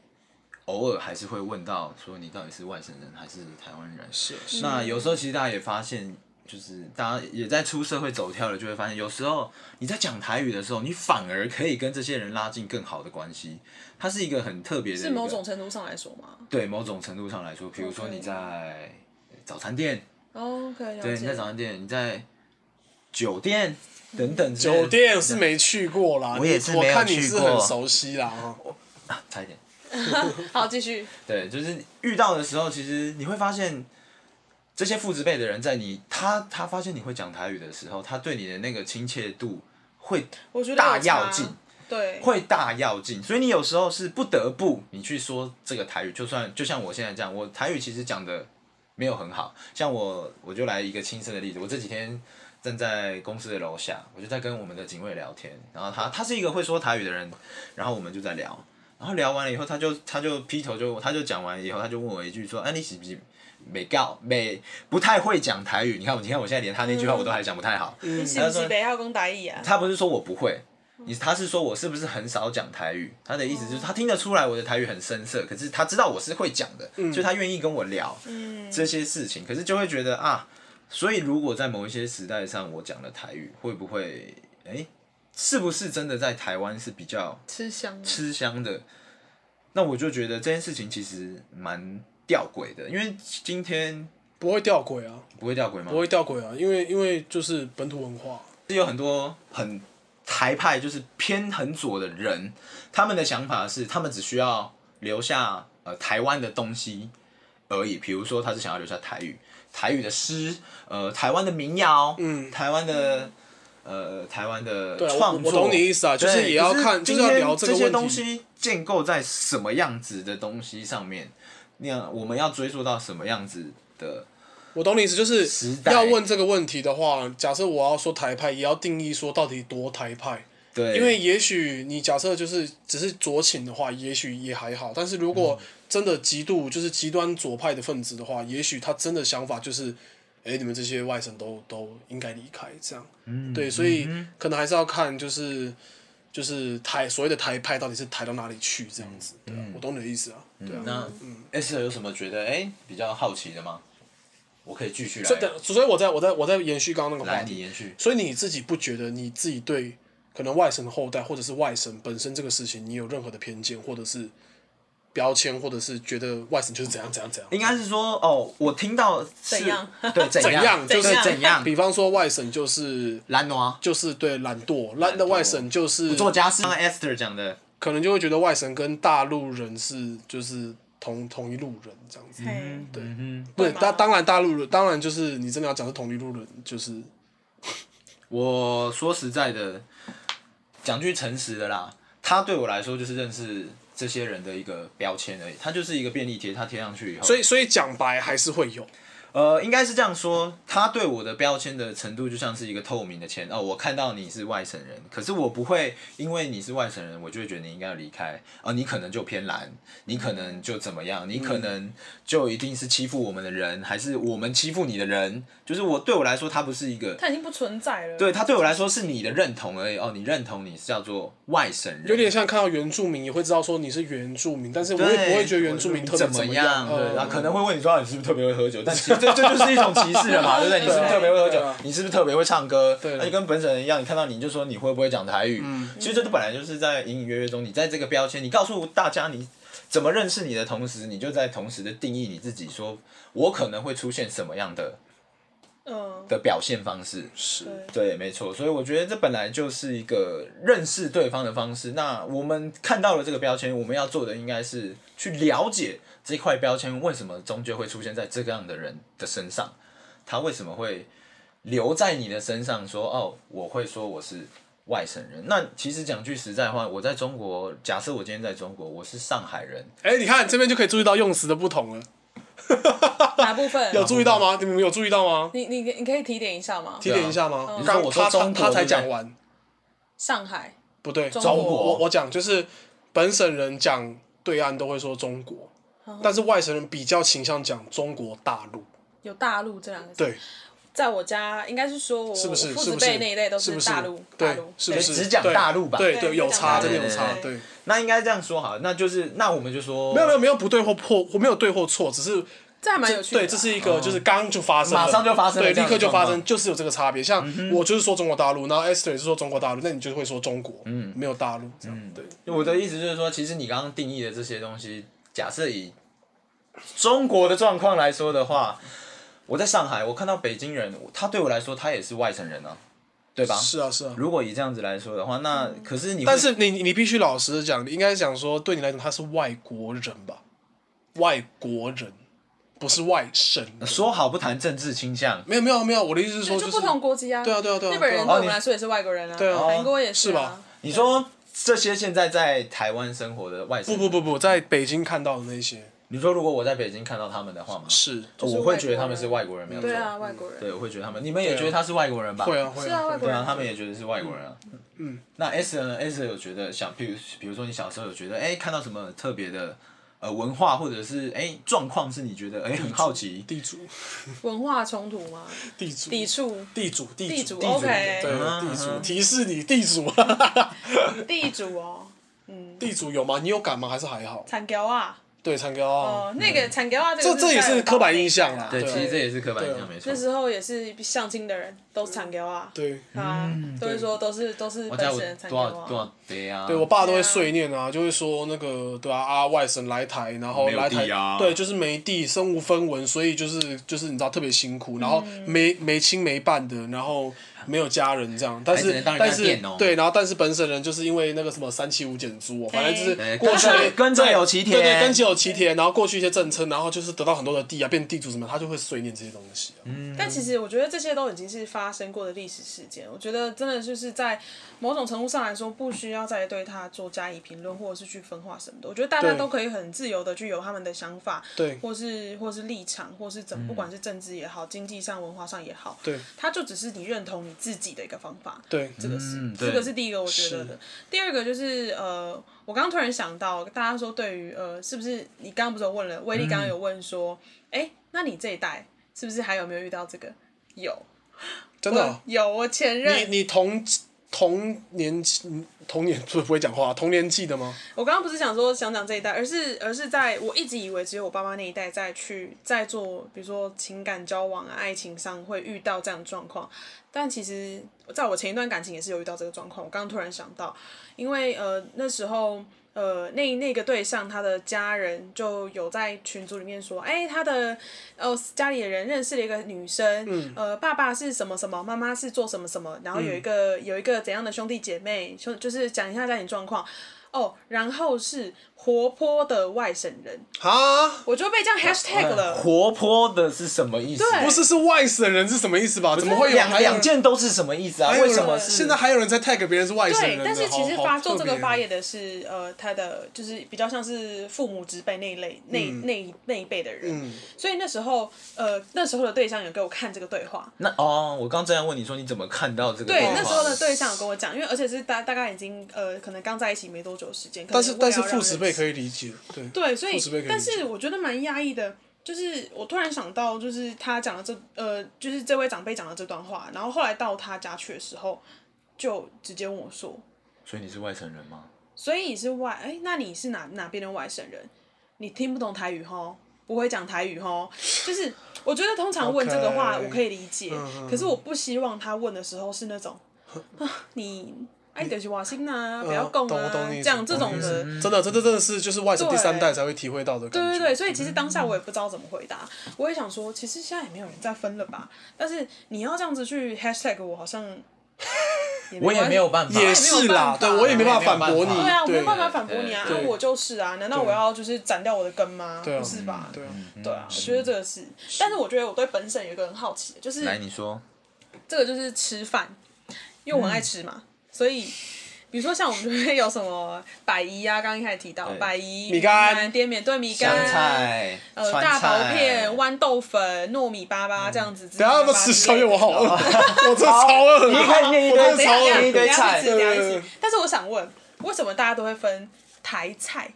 偶尔还是会问到说你到底是外省人还是台湾人？是是那有时候其实大家也发现，就是大家也在出社会走跳了，就会发现有时候你在讲台语的时候，你反而可以跟这些人拉近更好的关系。它是一个很特别的一个，是某种程度上来说嘛。对某种程度上来说，比如说 OK 你在早餐店，哦 OK，了解。对，你在早餐店，你在酒店等等之类的酒店是没去过啦，我也是你我没有看你去是过很熟悉啦，哈啊，差一点。好，继续。对，就是遇到的时候，其实你会发现，这些父职辈的人在你他他发现你会讲台语的时候，他对你的那个亲切度会我觉得大有差要进，对，会大要进，所以你有时候是不得不你去说这个台语，就算就像我现在这样，我台语其实讲的没有很好，像我我就来一个亲身的例子，我这几天站在公司的楼下，我就在跟我们的警卫聊天，然后他他是一个会说台语的人，然后我们就在聊，然后聊完了以后，他就他就劈头就他就讲完以后，他就问我一句说，哎、你是不是没告没不太会讲台语？你看我你看我现在连他那句话我都还讲不太好，你是不是北要公打义啊？他不是说我不会，你他是说我是不是很少讲台语？他的意思就是他听得出来我的台语很生涩，可是他知道我是会讲的，所以他愿意跟我聊嗯这些事情，可是就会觉得啊，所以如果在某一些时代上我讲了台语，会不会哎、诶是不是真的在台湾是比较吃香的。吃香的？那我就觉得这件事情其实蛮吊诡的，因为今天不会吊诡啊，不会吊诡吗？不会吊诡啊，因为因为就是本土文化，是有很多很台派，就是偏很左的人，他们的想法是，他们只需要留下呃台湾的东西而已。比如说，他是想要留下台语、台语的诗，呃，台湾的民谣，嗯台湾的呃台湾的对啊我创作。我懂你意思啊就是对也要可看就是要今天聊这这个些问题东西建构在什么样子的东西上面，那样我们要追溯到什么样子的？我懂你意思，就是时代要问这个问题的话，假设我要说台派，也要定义说到底多台派。对，因为也许你假设就是只是酌情的话，也许也还好。但是如果真的极度就是极端左派的分子的话，也许他真的想法就是，哎、你们这些外省都都应该离开这样。嗯、对，所以可能还是要看就是就是台所谓的台派到底是抬到哪里去这样子。对、啊，我懂你的意思啊。对啊。那 S 有什么觉得哎、比较好奇的吗？我可以继续来。所以等，所以我在我在我在延续刚刚那个话来，题你，延续。所以你自己不觉得你自己对可能外省的后代或者是外省本身这个事情，你有任何的偏见或者是标签，或者是觉得外省就是怎样怎样怎样？应该是说哦，我听到是怎样 [LAUGHS] 对怎怎样就是对怎样，比方说外省就是懒惰就是对懒惰，懒的外省就是做家事。像 Esther 讲的，可能就会觉得外省跟大陆人是就是同同一路人这样子。嘿，对，嗯对，吗当当然大陆人，当然就是你真的要讲是同一路人，就是哼，我说实在的，讲句诚实的啦，他对我来说就是认识这些人的一个标签而已，他就是一个便利贴，他贴上去以后，所以所以讲白还是会有。呃，应该是这样说，他对我的标签的程度就像是一个透明的签哦，我看到你是外省人，可是我不会因为你是外省人，我就会觉得你应该要离开啊、你可能就偏蓝，你可能就怎么样，你嗯可能就一定是欺负我们的人，还是我们欺负你的人，就是我对我来说，他不是一个。它已经不存在了。对他对我来说是你的认同而已哦，你认同你是叫做外省人，有点像看到原住民，也会知道说你是原住民，但是我也不会觉得原住民特别怎么样。对，呃然后可能会问你说啊你是不是特别会喝酒，但其实这这就是一种歧视了 [LAUGHS] 嘛，对不对？你是不是特别会喝酒对啊？你是不是特别会唱歌？对嗯那就跟本省人一样，你看到你就说你会不会讲台语？其实这本来就是在隐隐约约中，你在这个标签，你告诉大家你怎么认识你的同时，你就在同时的定义你自己，说我可能会出现什么样的嗯，的表现方式。是对对，没错，所以我觉得这本来就是一个认识对方的方式。那我们看到了这个标签，我们要做的应该是去了解这块标签为什么终究会出现在这样的人的身上，他为什么会留在你的身上说哦，我会说我是外省人。那其实讲句实在话，我在中国，假设我今天在中国，我是上海人，哎、你看这边就可以注意到用词的不同了，哪部分？有注意到吗？你们有注意到吗？你你你可以提点一下吗？提点一下吗啊你？说刚我说他他中国他对才不对讲完，上海，不对，中中国哦我我讲就是本省人讲对岸都会说中国，哦但是外省人比较倾向讲中国大陆。有大陆这两个字，对，在我家应该是说我是不是我父是子不是辈那一代都是不是大陆，大对陆，是不是只讲对大陆吧对对对，有只讲差，大真的陆有差。对对，那应该这样说好了，那就是那我们就说没有没有没有不对或破，我没有对或错，只是这还蛮有趣的啊。对，这是一个就是刚就发生了，哦马上就发生了对，这立样的刻就发状生，况嗯就是有这个差别。像我就是说中国大陆，然后 Esther 也是说中国大陆，那你就会说中国，嗯，没有大陆这样，对，我的意思就是说，其实你刚刚定义的这些东西，假设以中国的状况来说的话，我在上海，我看到北京人，他对我来说，他也是外省人啊，对吧？是啊是啊。如果以这样子来说的话，那可是你会，但是你你必须老实的讲，你应该讲说，对你来讲他是外国人吧？外国人，不是外省人。呃说好不谈政治倾向，没有没有没有，我的意思是说对就是就不同国籍啊。对啊对啊对啊日本人对对啊我们来说也是外国人啊，对啊韩国也是吧啊。你说这些现在在台湾生活的外省不人，不不不，在北京看到的那些你说如果我在北京看到他们的话嘛，是是我会觉得他们是啊外国人，没有错。对啊，嗯外国人。对，我会觉得他们，你们也觉得他是外国人吧？会啊会是啊，外啊，国对啊人，。他们也觉得是外国人啊。嗯。那 S 呢？S 有觉得小，譬如比如说你小时候有觉得，哎、看到什么特别的呃文化，或者是哎状况，是你觉得哎、很好奇，地主文化冲突吗？地主抵触地主地地主主地主， ，OK 对嗯地主嗯提示你地主地主哦，地主有吗？你有感吗？还是还好？产教啊，对，参考哦啊，，嗯那个产教啊，这这这也是刻板印象啦啦。对，对啊其实这也是刻板印对啊象，没错那。时候也是相亲的人都产教啊，对啊，都会对说都是都是嗯我本家省我人产教多少多啊。少杯啊？对我爸都会对啊碎念啊，就会说那个对啊啊外省来台，然后没有来台地啊对就是没地，身无分文，所以就是就是你知道特别辛苦，然后没没亲没伴的，然后没有家人这样，但还只是能当人家哦但是佃农对，然后但是本省人就是因为那个什么三七五减租哦，反正就哎是过去跟跟着有其田对对跟着有其田，然后过去一些政策，然后就是得到很多的地啊，变地主什么，他就会碎念这些东西啊，嗯但其实我觉得这些都已经是发生过的历史事件，我觉得真的就是在某种程度上来说，不需要再对它做加以评论或者是去分化什么的。我觉得大家对都可以很自由的去有他们的想法，对嗯或是或是立场，或是怎，不管是政治也好，经济上、文化上也好，对它就只是你认同你自己的一个方法。对这个是、嗯对这个是第一个我觉得的。第二个就是呃，我刚刚突然想到，大家说对于呃，是不是你刚刚不是有问了，威力刚刚有问说，哎、那你这一代是不是还有没有遇到这个？有，真的啊我。有我前你任，你同同年纪同年不不会讲话， [LAUGHS] 同年纪的吗？我刚刚不是想说想讲这一代，而是而是在我一直以为只有我爸妈那一代在去在做，比如说情感交往啊、爱情上会遇到这样的状况，但其实在我前一段感情也是有遇到这个状况。我刚刚突然想到，因为呃那时候呃那那个对象他的家人就有在群组里面说，哎、他的呃家里的人认识了一个女生，呃爸爸是什么什么，妈妈是做什么什么，然后有一个、有一个怎样的兄弟姐妹，兄就是讲一下家庭状况。哦，然后是活泼的外省人，啊，我就被这样哎 hashtag 了。活泼的是什么意思？对不是是外省人是什么意思吧？怎么会有两还有两？件都是什么意思啊？还有为人什么是现在还有人在 tag 别人是外省人对的？，但是其实好发做这好个发，特别啊言的是呃，他的就是比较像是父母之辈那一类那一那一那一辈的人，嗯所以那时候呃那时候的对象有给我看这个对话，那哦，我刚这样问你说你怎么看到这个对话那时候的对象有跟我讲，因为而且是大大概已经呃可能刚在一起没多久的时间，但是但是父子子辈可以理解，对对，所以父子辈可以但理解是我觉得蛮压抑的，就是我突然想到，就是他讲的这呃，就是这位长辈讲的这段话，然后后来到他家去的时候，就直接问我说，所以你是外省人吗？所以你是外哎、那你是哪哪边的外省人？你听不懂台语吼，不会讲台语吼，就是我觉得通常问这个话 OK 我可以理解嗯嗯可是我不希望他问的时候是那种，啊你哎，就是瓦辛 [LAUGHS] 啊，不要嗯供懂我啊懂你，意思讲这种懂的。你意思真的，这这真的是就是外省第三代才会体会到的感觉。对对对，所以其实当下我也不知道怎么回答，我也想说，其实现在也没有人再分了吧。但是你要这样子去 hashtag 我，好像也我也关没有办法，也是啦，对我也没办法反驳你，对对啊，我没对有办法反驳你啊，对啊我就是啊，难道我要就是斩掉我的根吗？对啊不是嗯吧？对啊，对啊，我觉得这个是，但是我觉得我对本省有一个很好奇的，就是来，你说，这个就是吃饭，因为我很爱吃嘛，所以比如说像我们就会有什么百宜啊，刚刚一开始提到对百宜、米干云南滇缅对米香干、菜、呃川大薄菜片、豌豆粉、糯米粑粑这样子。嗯等一下要不要吃宵夜？我好 [LAUGHS] 饿，我真的超饿。你看念一堆我真的念一堆超饿等一下，等一下等一下菜哎去吃，等一对下对去吃对。但是我想问，为什么大家都会分台菜、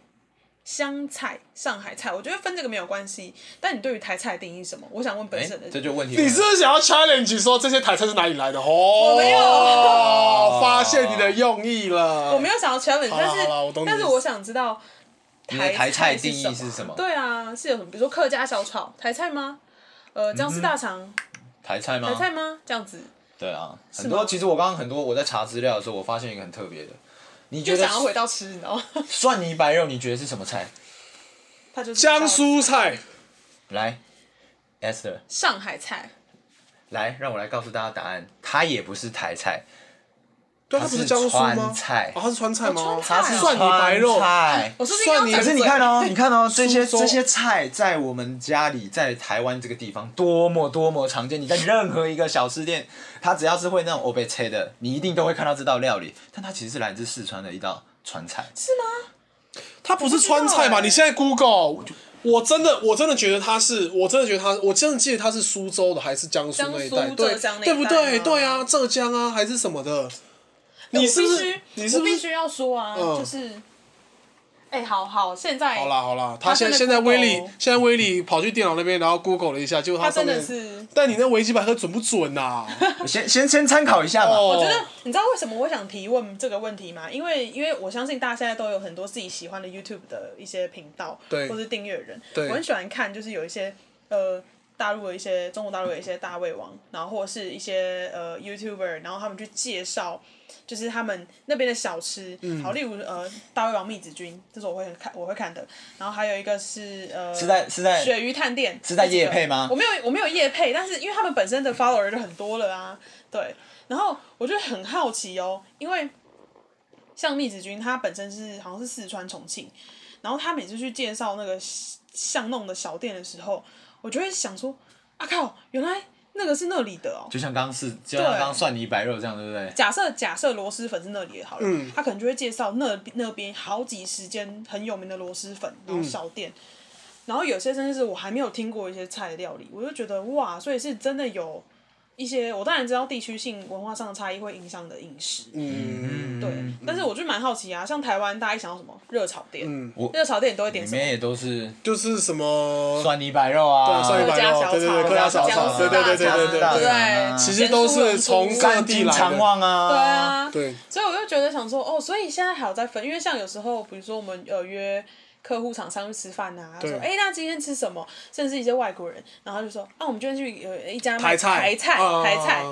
湘菜、上海菜？我觉得分这个没有关系。但你对于台菜的定义是什么？我想问本哎省的人。这就问题来了。你是不是想要 challenge 说这些台菜是哪里来的？哦，我没有发现你的用意了。我没有想要 challenge，好啦但是好啦我懂你但是意思我想知道你的台菜菜定义是是什么？对啊，是有什么？比如说客家小炒台菜嗯吗？呃，姜丝大肠台菜啊吗？台菜吗？这样子，对啊，很吗多。其实我刚刚很多我在查资料的时候，我发现一个很特别的，你就觉得想要回到吃，你知道吗？ [LAUGHS] 蒜泥白肉，你觉得是什么菜？它就是江苏菜，来，Esther，上海菜，来，让我来告诉大家答案，它也不是台菜，对，啊它它不是江苏吗川？菜哦，它是川菜吗？哦川它菜啊是蒜泥白肉川菜。我说是蒜泥要可是你看哦，你看哦，这些苏州这些菜在我们家里，在台湾这个地方多么多么常见。你在任何一个小吃店，它只要是会那种欧贝菜的，你一定都会看到这道料理。但它其实是来自四川的一道川菜。是吗？它不是川菜吧？我不知道欸你现在 Google，我真的我真的觉得它是，我真的觉得它，我真的记得它是苏州的还是江苏那一带？江苏对浙江那一对带不对？吗对啊，浙江啊还是什么的？你是不我必是须你是不我必是？须要说啊，嗯就是，哎，好好，现在好啦，好啦，他现在现他真在的威力 Google 现在威力跑去电脑那边，然后 Google 了一下，结果他上真面的是。但你那维基百科准不准呐、先先先参考一下嘛。哦 [LAUGHS] 我觉得你知道为什么我想提问这个问题吗？因为因为我相信大家现在都有很多自己喜欢的 YouTube 的一些频道，对或是订阅人。对我很喜欢看，就是有一些呃大陆的一些中国大陆的一些大胃王，然后或者是一些呃 YouTuber，然后他们去介绍。就是他们那边的小吃，嗯好，例如呃，大胃王蜜子君，这是我会很看我会看的。然后还有一个是呃，是在是在鳕鱼探店，是在业配吗我没有，我没有业配，但是因为他们本身的 follower 就很多了啊，对。然后我就很好奇哦，因为像密子君他本身是好像是四川重庆，然后他每次去介绍那个巷弄的小店的时候，我就会想说，啊靠，原来那个是那里的哦。就像刚刚是，就像刚刚蒜泥白肉这样，对不对？假设假设螺蛳粉是那里的好了，嗯他可能就会介绍那那边好几十间很有名的螺蛳粉，然后小店，然后有些甚至是我还没有听过一些菜的料理，我就觉得哇，所以是真的有一些，我当然知道地区性文化上的差异会影响你的饮食，嗯，对，但是我就蛮好奇啊，像台湾大家一想到什么热炒店，我热炒店你都会点里什么面？也都是就是什么，蒜泥白肉啊，对蒜泥白客家肉小炒，对对对客家小姜炒丝大对对对肠对对对对，其实都是从咸酥各肉三地金来的长旺啊，对，啊，对，所以我就觉得想说，哦，所以现在还有在分，因为像有时候，比如说我们呃约客户厂商去吃饭呐、啊，对说哎、诶那今天吃什么？甚至一些外国人，然后他就说，啊，我们今天去呃一家卖台菜台菜啊台菜，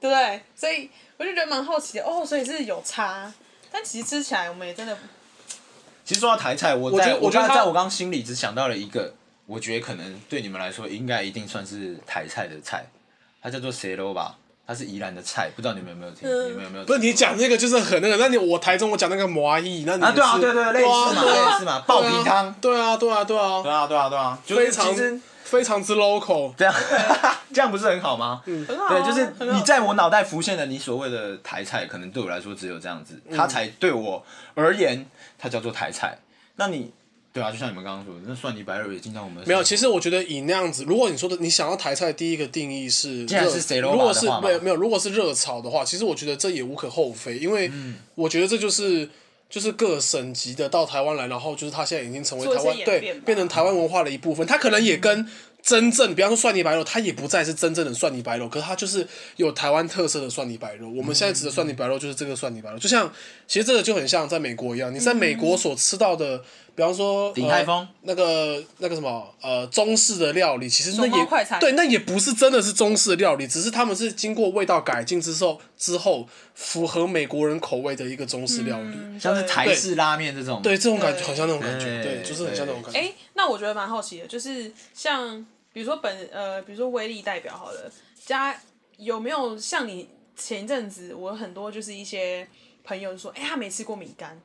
对不对？所以我就觉得蛮好奇的，哦，所以是有差，但其实吃起来我们也真的其实说到台菜，我我觉在得我觉得刚它在我刚心里只想到了一个，我觉得可能对你们来说应该一定算是台菜的菜，它叫做蛇肉吧，它是宜兰的菜，不知道你们有没有听，嗯你们有没有？不是你讲那个就是很那个，那你我台中我讲那个麻意，那你啊，对啊，也是对对对，类似嘛，啊类似嘛，爆皮汤，对啊对啊对啊对，啊，对啊，对啊，就是非常其实非常之 local，这样这样不是很好吗？嗯，很好、啊，对，就是很好你在我脑袋浮现的你所谓的台菜，可能对我来说只有这样子，它嗯才对我而言，它叫做台菜。那你对啊，就像你们刚刚说的，那蒜泥白肉也进到我们的没有，生活其实我觉得以那样子，如果你说的你想要台菜，第一个定义是既然热是谁都如果玩的是话嘛没有没有，如果是热炒的话，其实我觉得这也无可厚非，因为嗯我觉得这就是。就是各省级的到台湾来，然后就是他现在已经成为做一台些湾演对变吧变成台湾文化的一部分。他可能也跟真正，比方说蒜泥白肉，他也不再是真正的蒜泥白肉，可是他就是有台湾特色的蒜泥白肉。我们现在指的蒜泥白肉就是这个蒜泥白肉，就像其实这个就很像在美国一样，你在美国所吃到的，比方说鼎泰丰呃那个那个什么呃中式的料理，其实那手工也快餐对，那也不是真的是中式的料理，只是他们是经过味道改进之后之后符合美国人口味的一个中式料理。嗯像是台式拉面这种，对，这种感觉对很像那种感觉，对对，就是很像那种感觉。哎、那我觉得蛮好奇的，就是像比如说本呃，比如说威力代表好了，家有没有像你前一阵子，我有很多就是一些朋友就说，哎、他没吃过米干，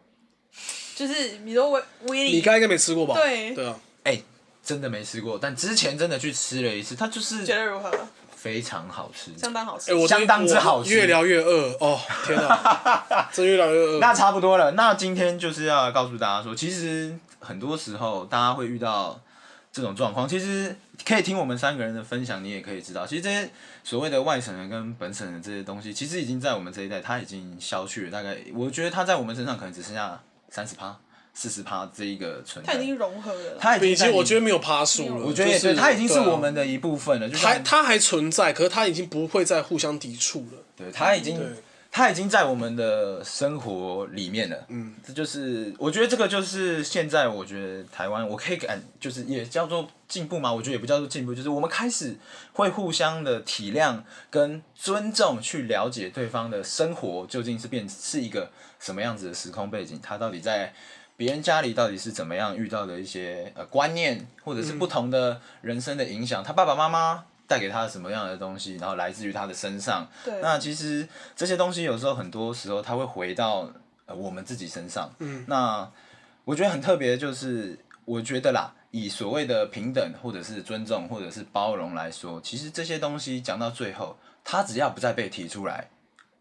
就是比如说威威你力，刚应该没吃过吧？对对啊，哎、真的没吃过，但之前真的去吃了一次，它就是觉得如何？非常好吃。相当好吃。哎，我相当之好吃我越聊越饿哦，[LAUGHS] 天哪，真越聊越饿。那差不多了，那今天就是要告诉大家说，其实很多时候大家会遇到这种状况，其实可以听我们三个人的分享，你也可以知道，其实这些所谓的外省人跟本省人这些东西，其实已经在我们这一代，它已经消去了。大概我觉得它在我们身上可能只剩下三十趴、四十趴这一个存它在已。经融合了啦，它已已经在经你，我觉得没有趴数了，我我觉得也就是对，它已经是对啊我们的一部分了。就还像它还存在，可是它已经不会再互相抵触了。对，它已经对，它已经在我们的生活里面了。嗯，这就是我觉得这个就是现在我觉得台湾，我可以感就是也叫做进步嘛，我觉得也不叫做进步，就是我们开始会互相的体谅跟尊重，去了解对方的生活究竟是变是一个什么样子的时空背景，他到底在。别人家里到底是怎么样遇到的一些呃观念，或者是不同的人生的影响，他爸爸妈妈带给他什么样的东西，然后来自于他的身上， [LAUGHS] 对，那其实这些东西有时候很多时候它会回到呃我们自己身上。嗯，那我觉得很特别，就是我觉得啦，以所谓的平等或者是尊重或者是包容来说，其实这些东西讲到最后，它只要不再被提出来，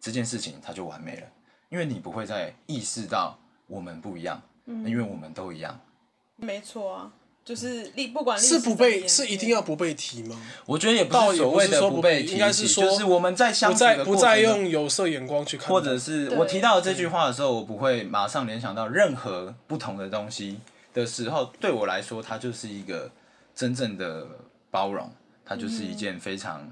这件事情它就完美了，因为你不会再意识到我们不一样，因为我们都一样。没错啊，就是历不管历史是不怎么被演是一定要不被提吗？我觉得也倒不也是所不谓是的说不不被应提，该是说就是我们在相不处再的不过再程中用有色眼光去看待，或者是对我提到这句话的时候，我不会马上联想到任何不同的东西的时候，对我来说，它就是一个真正的包容，它就是一件非常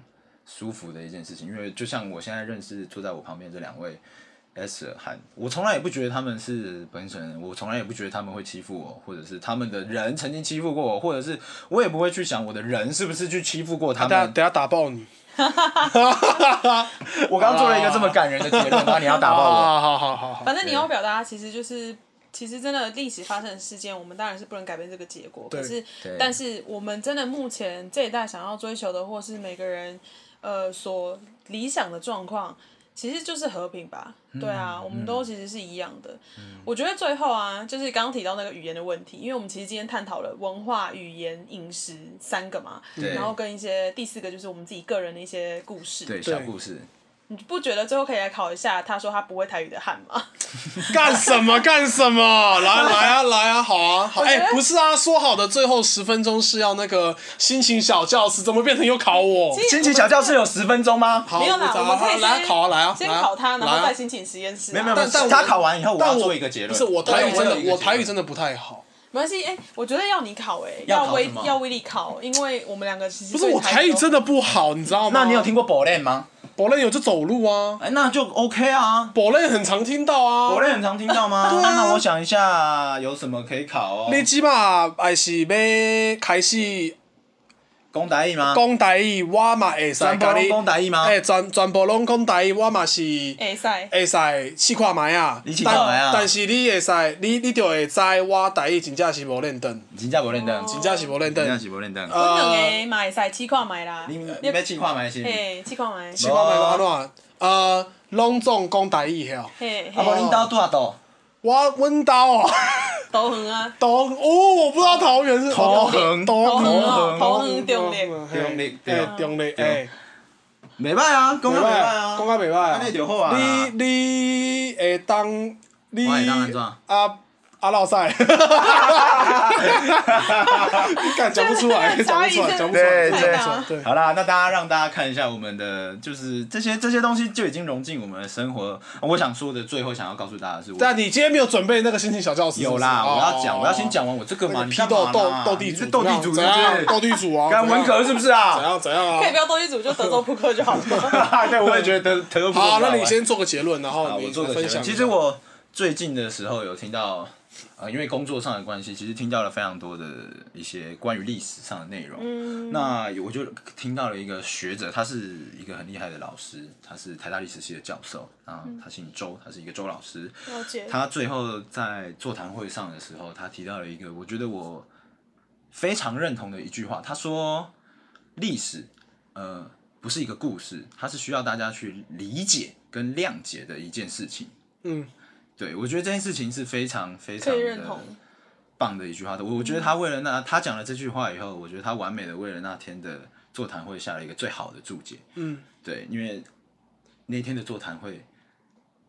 舒服的一件事情。因为就像我现在认识坐在我旁边这两位 S 和，我从来也不觉得他们是本省人，我从来也不觉得他们会欺负我，或者是他们的人曾经欺负过我，或者是我也不会去想我的人是不是去欺负过他等下们。等下打爆你，我刚刚做了一个这么感人的结论，然后你要打爆我。好好好好好，反正你要表达，其实就是，其实真的历史发生的事件，我们当然是不能改变这个结果。对可是对，但是我们真的目前这一代想要追求的，或是每个人呃所理想的状况，其实就是和平吧。嗯对啊，我们都其实是一样的。我觉得最后啊，就是刚刚提到那个语言的问题，因为我们其实今天探讨了文化、语言、饮食三个嘛，对然后跟一些第四个就是我们自己个人的一些故事。对，小故事。你不觉得最后可以来考一下他说他不会台语的汉吗？干什么干什 [LAUGHS] 么？来来啊来啊，好啊好！哎、不是啊，说好的最后十分钟是要那个心情小教室，怎么变成又考我？心情小教室有十分钟吗？好，没有我啦，找我们好可以来啊先考啊来啊，先来啊考他，然后来啊再申请实验室啊。没有没有，没但有但他我考完以后，我但要我做一个结论。不是我台语对真有一个的，我结论台语真的不太好。没关系，哎，我觉得要你考，哎，要要考威什么要威力考，因为我们两个其实不是我台语真的的不好，你知道吗？那你有听过 b o l e n 吗？博类有就走路啊，哎，那就 OK 啊。博类很常听到啊。 b o l e n 很常听到 [LAUGHS] 吗？对啊那我想一下有什么可以考哦。你即嘛也是要开始公台语吗？讲台语，我嘛会使全部甲拢你，讲台语吗？诶，全全部拢讲台语，我嘛是会哎塞，使试看卖啊你试。看卖啊但但是你会使，你你就会知我台语真正是无认真，真正无认真，真正是无认真正真。是无认真。我两呃，个哎买塞七块买啦，你你要试看卖是？嘿七块买，试看卖要安怎？呃，拢总讲台语晓。嘿啊，无恁兜住啊多？我阮兜哦， [LAUGHS] 头痕啊，桃哦，我不知道桃园是桃园桃头桃痕园哦，头桃痕园中立，中立对诶，中立对诶。袂歹啊，袂讲得袂歹啊，讲甲袂歹啊，安尼就好啊你你会当你我会当安怎啊啊 [LAUGHS] 老塞，敢讲不出来，讲不出来，讲不出来，对讲不出对来，对。好啦，那大家让大家看一下我们的，就是这些这些东西就已经融进我们的生活了。我想说的最后想要告诉大家的是，我但你今天没有准备那个心情小教室？有啦，是不是我要讲，我要先。讲完我这个哦嘛，你批干斗嘛斗啦斗地你主是怎斗么地样，主是怎不样？是？斗地主啊！干文怎革是不是啊？样怎样啊可以？不要斗地主就德州扑克就好 [LAUGHS] 了。对，我也觉得德德普。好，那你先做个结论，然后啊，你我做个分结享论。一下。其实我最近的时候有听到呃，因为工作上的关系，其实听到了非常多的一些关于历史上的内容。嗯，那我就听到了一个学者，他是一个很厉害的老师，他是台大历史系的教授，啊，他姓周，他是一个周老师。了解。他最后在座谈会上的时候，他提到了一个我觉得我非常认同的一句话，他说：“历史，呃，不是一个故事，它是需要大家去理解跟谅解的一件事情。”嗯，对，我觉得这件事情是非常非常呃的可以认同，棒呃的一句话的。我我觉得他为了那他讲了这句话以后，我觉得他完美的为了那天的座谈会下了一个最好的注解。嗯，对，因为那天的座谈会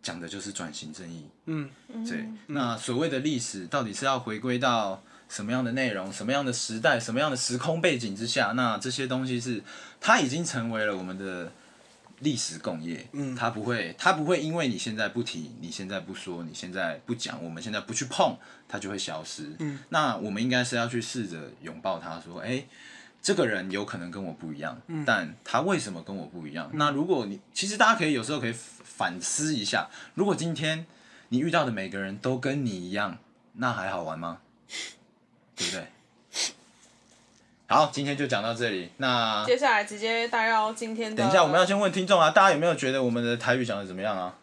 讲的就是转型正义。嗯，对。那所谓的历史到底是要回归到什么样的内容、什么样的时代、什么样的时空背景之下？那这些东西是它已经成为了我们的。历史共业，嗯，它不会，它不会因为你现在不提，你现在不说，你现在不讲，我们现在不去碰，它就会消失。嗯，那我们应该是要去试着拥抱它，说，哎、这个人有可能跟我不一样，嗯但他为什么跟我不一样？那如果你其实大家可以有时候可以反思一下，如果今天你遇到的每个人都跟你一样，那还好玩 [LAUGHS] 吗？对不对？好，今天就讲到这里。那接下来直接带到今天的。等一下我们要先问听众啊，大家有没有觉得我们的台语讲的怎么样啊？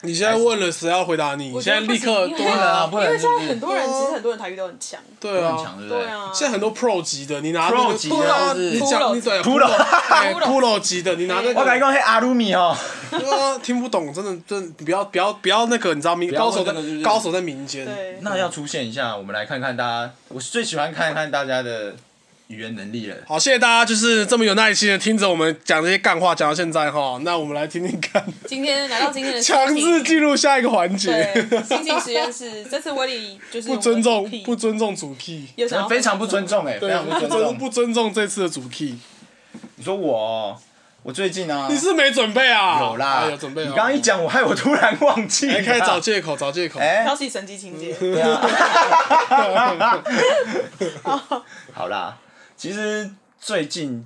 你现在问了，谁要回答你？你我觉现在得不立行刻因为对啊，不然因为是现不是在很多人其实很多人台语都很强。对很强，啊。对不对？对啊。现在很多 Pro 级的，你拿 Pro 级的对啊就是你讲你对 Pro Pro Pro 级的，你拿那我感个觉讲嘿阿鲁米哦，对啊听不懂，真的真的不要不要不要那个，你知道民不要高问手在那个就是高手在民间，对。啊那要出现一下，我们来看看大家，我最喜欢看看大家的语言能力了。好，谢谢大家，就是这么有耐心的听着我们讲这些干话，讲到现在哈。那我们来听听看，今天来到 [LAUGHS] 今天的心强制情进入下一个环节，对心情实验室，这次威力就是 [LAUGHS] 不我们的尊重主 key，不尊重主 key，有想要非常不尊重哎、非对，常不不尊尊重。不尊重这次的主 key。你说我哦，我最近啊，你是没准备啊？有啦，哎有准备哦。你刚刚一讲，我害我突然忘记了。哎，开始找借口，找借口。哎、 [LAUGHS] 挑起神级情节。对啊。好啦，其实最近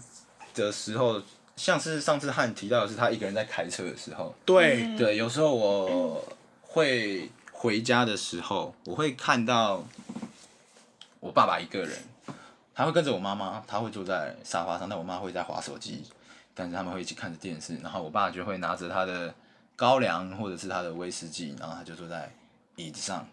的时候，像是上次汉提到的是他一个人在开车的时候， [LAUGHS] 对，对，有时候我会回家的时候，我会看到我爸爸一个人，他会跟着我妈妈，他会坐在沙发上，但我妈会在划手机，但是他们会一起看着电视，然后我爸就会拿着他的高粱或者是他的威士忌，然后他就坐在椅子上，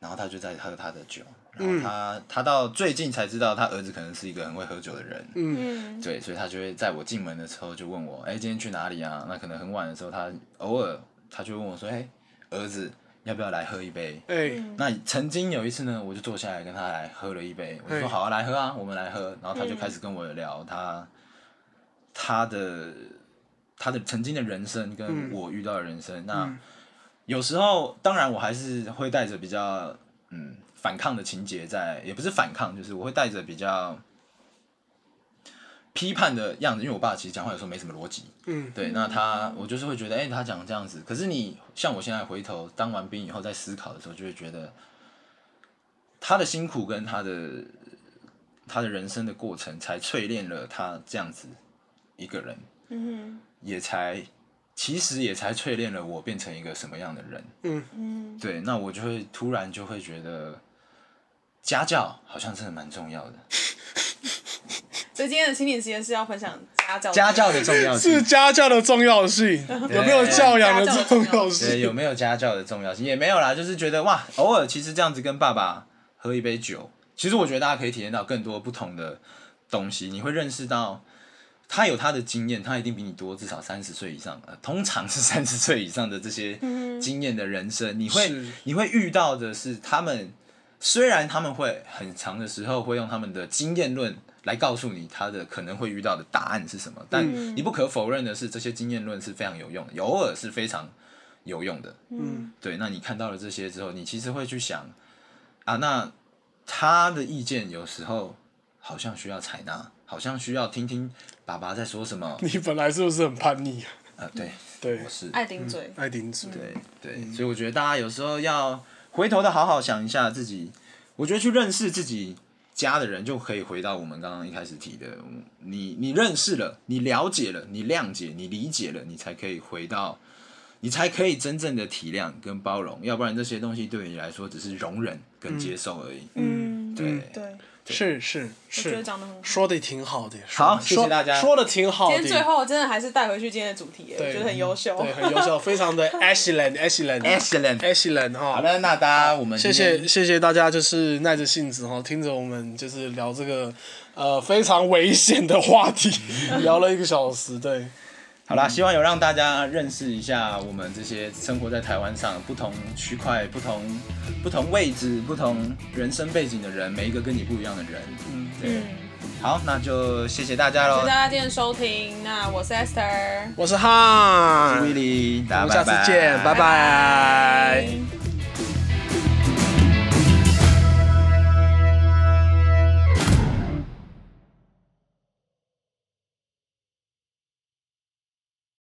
然后他就在喝他的酒。然后他、他到最近才知道，他儿子可能是一个很会喝酒的人。嗯，对，所以他就会在我进门的时候就问我，哎、今天去哪里啊？那可能很晚的时候，他偶尔他就问我说，哎、儿子，要不要来喝一杯？哎，嗯那曾经有一次呢，我就坐下来跟他来喝了一杯，我就说嗯好啊，来喝啊，我们来喝。然后他就开始跟我聊他、他的他的曾经的人生跟我遇到的人生。嗯那有时候，当然我还是会带着比较嗯反抗的情节在，也不是反抗，就是我会带着比较批判的样子，因为我爸其实讲话有时候没什么逻辑。嗯，对，那他我就是会觉得，哎、他讲这样子，可是你像我现在回头当完兵以后，在思考的时候，就会觉得他的辛苦跟他的他的人生的过程，才淬炼了他这样子一个人，嗯也才其实也才淬炼了我变成一个什么样的人。嗯，对，那我就会突然就会觉得。家教好像真的蛮重要的，所以今天的心理实验室要分享家教。家教的重要性是家教的重要性，有没有教养的重要对，性？有没有家教的重要性也没有啦，就是觉得哇，偶尔其实这样子跟爸爸喝一杯酒，其实我觉得大家可以体验到更多不同的东西，你会认识到他有他的经验，他一定比你多至少三十岁以上，呃，通常是三十岁以上的这些经验的人生，你会嗯是你会遇到的是他们，虽然他们会很长的时候会用他们的经验论。来告诉你他的可能会遇到的答案是什么，但你不可否认的是，这些经验论是非常有用的，偶尔是非常有用的。嗯，对，那你看到了这些之后，你其实会去想啊，那他的意见有时候好像需要采纳，好像需要听听爸爸在说什么。你本来是不是很叛逆？啊呃，对，对我，是爱顶嗯嘴。爱顶嘴。对嗯对，所以我觉得大家有时候要回头的好好想一下自己，我觉得去认识自己家的人，就可以回到我们刚刚一开始提的，嗯你你认识了，你了解了，你谅解，你理解了，你才可以回到你才可以真正的体谅跟包容，要不然这些东西对你来说只是容忍跟接受而已。嗯，对对，是是我觉得是，讲得很好说的挺好的，好说谢谢说大家说的挺好今的，天最后真的还是带回去今天的主题耶，我觉得很优秀。对， [LAUGHS] 很优秀，非常的 [LAUGHS] excellent excellent Excellent。 excellent 哈。好了，那大家我们谢今谢天谢谢大家，就是耐着性子哈，听着我们就是聊这个呃非常危险的 [LAUGHS] 话题，聊了一个小时，对，好嗯啦，希望有让大家认识一下我们这些生活在台湾上不同区块、不同不同位置、不同人生背景的人，每一个跟你不一样的人。嗯，对，嗯好，那就谢谢大家谢谢喽大。家今天的收听，那我是 Esther，我是汉， w i l l 我们下次见，拜拜拜。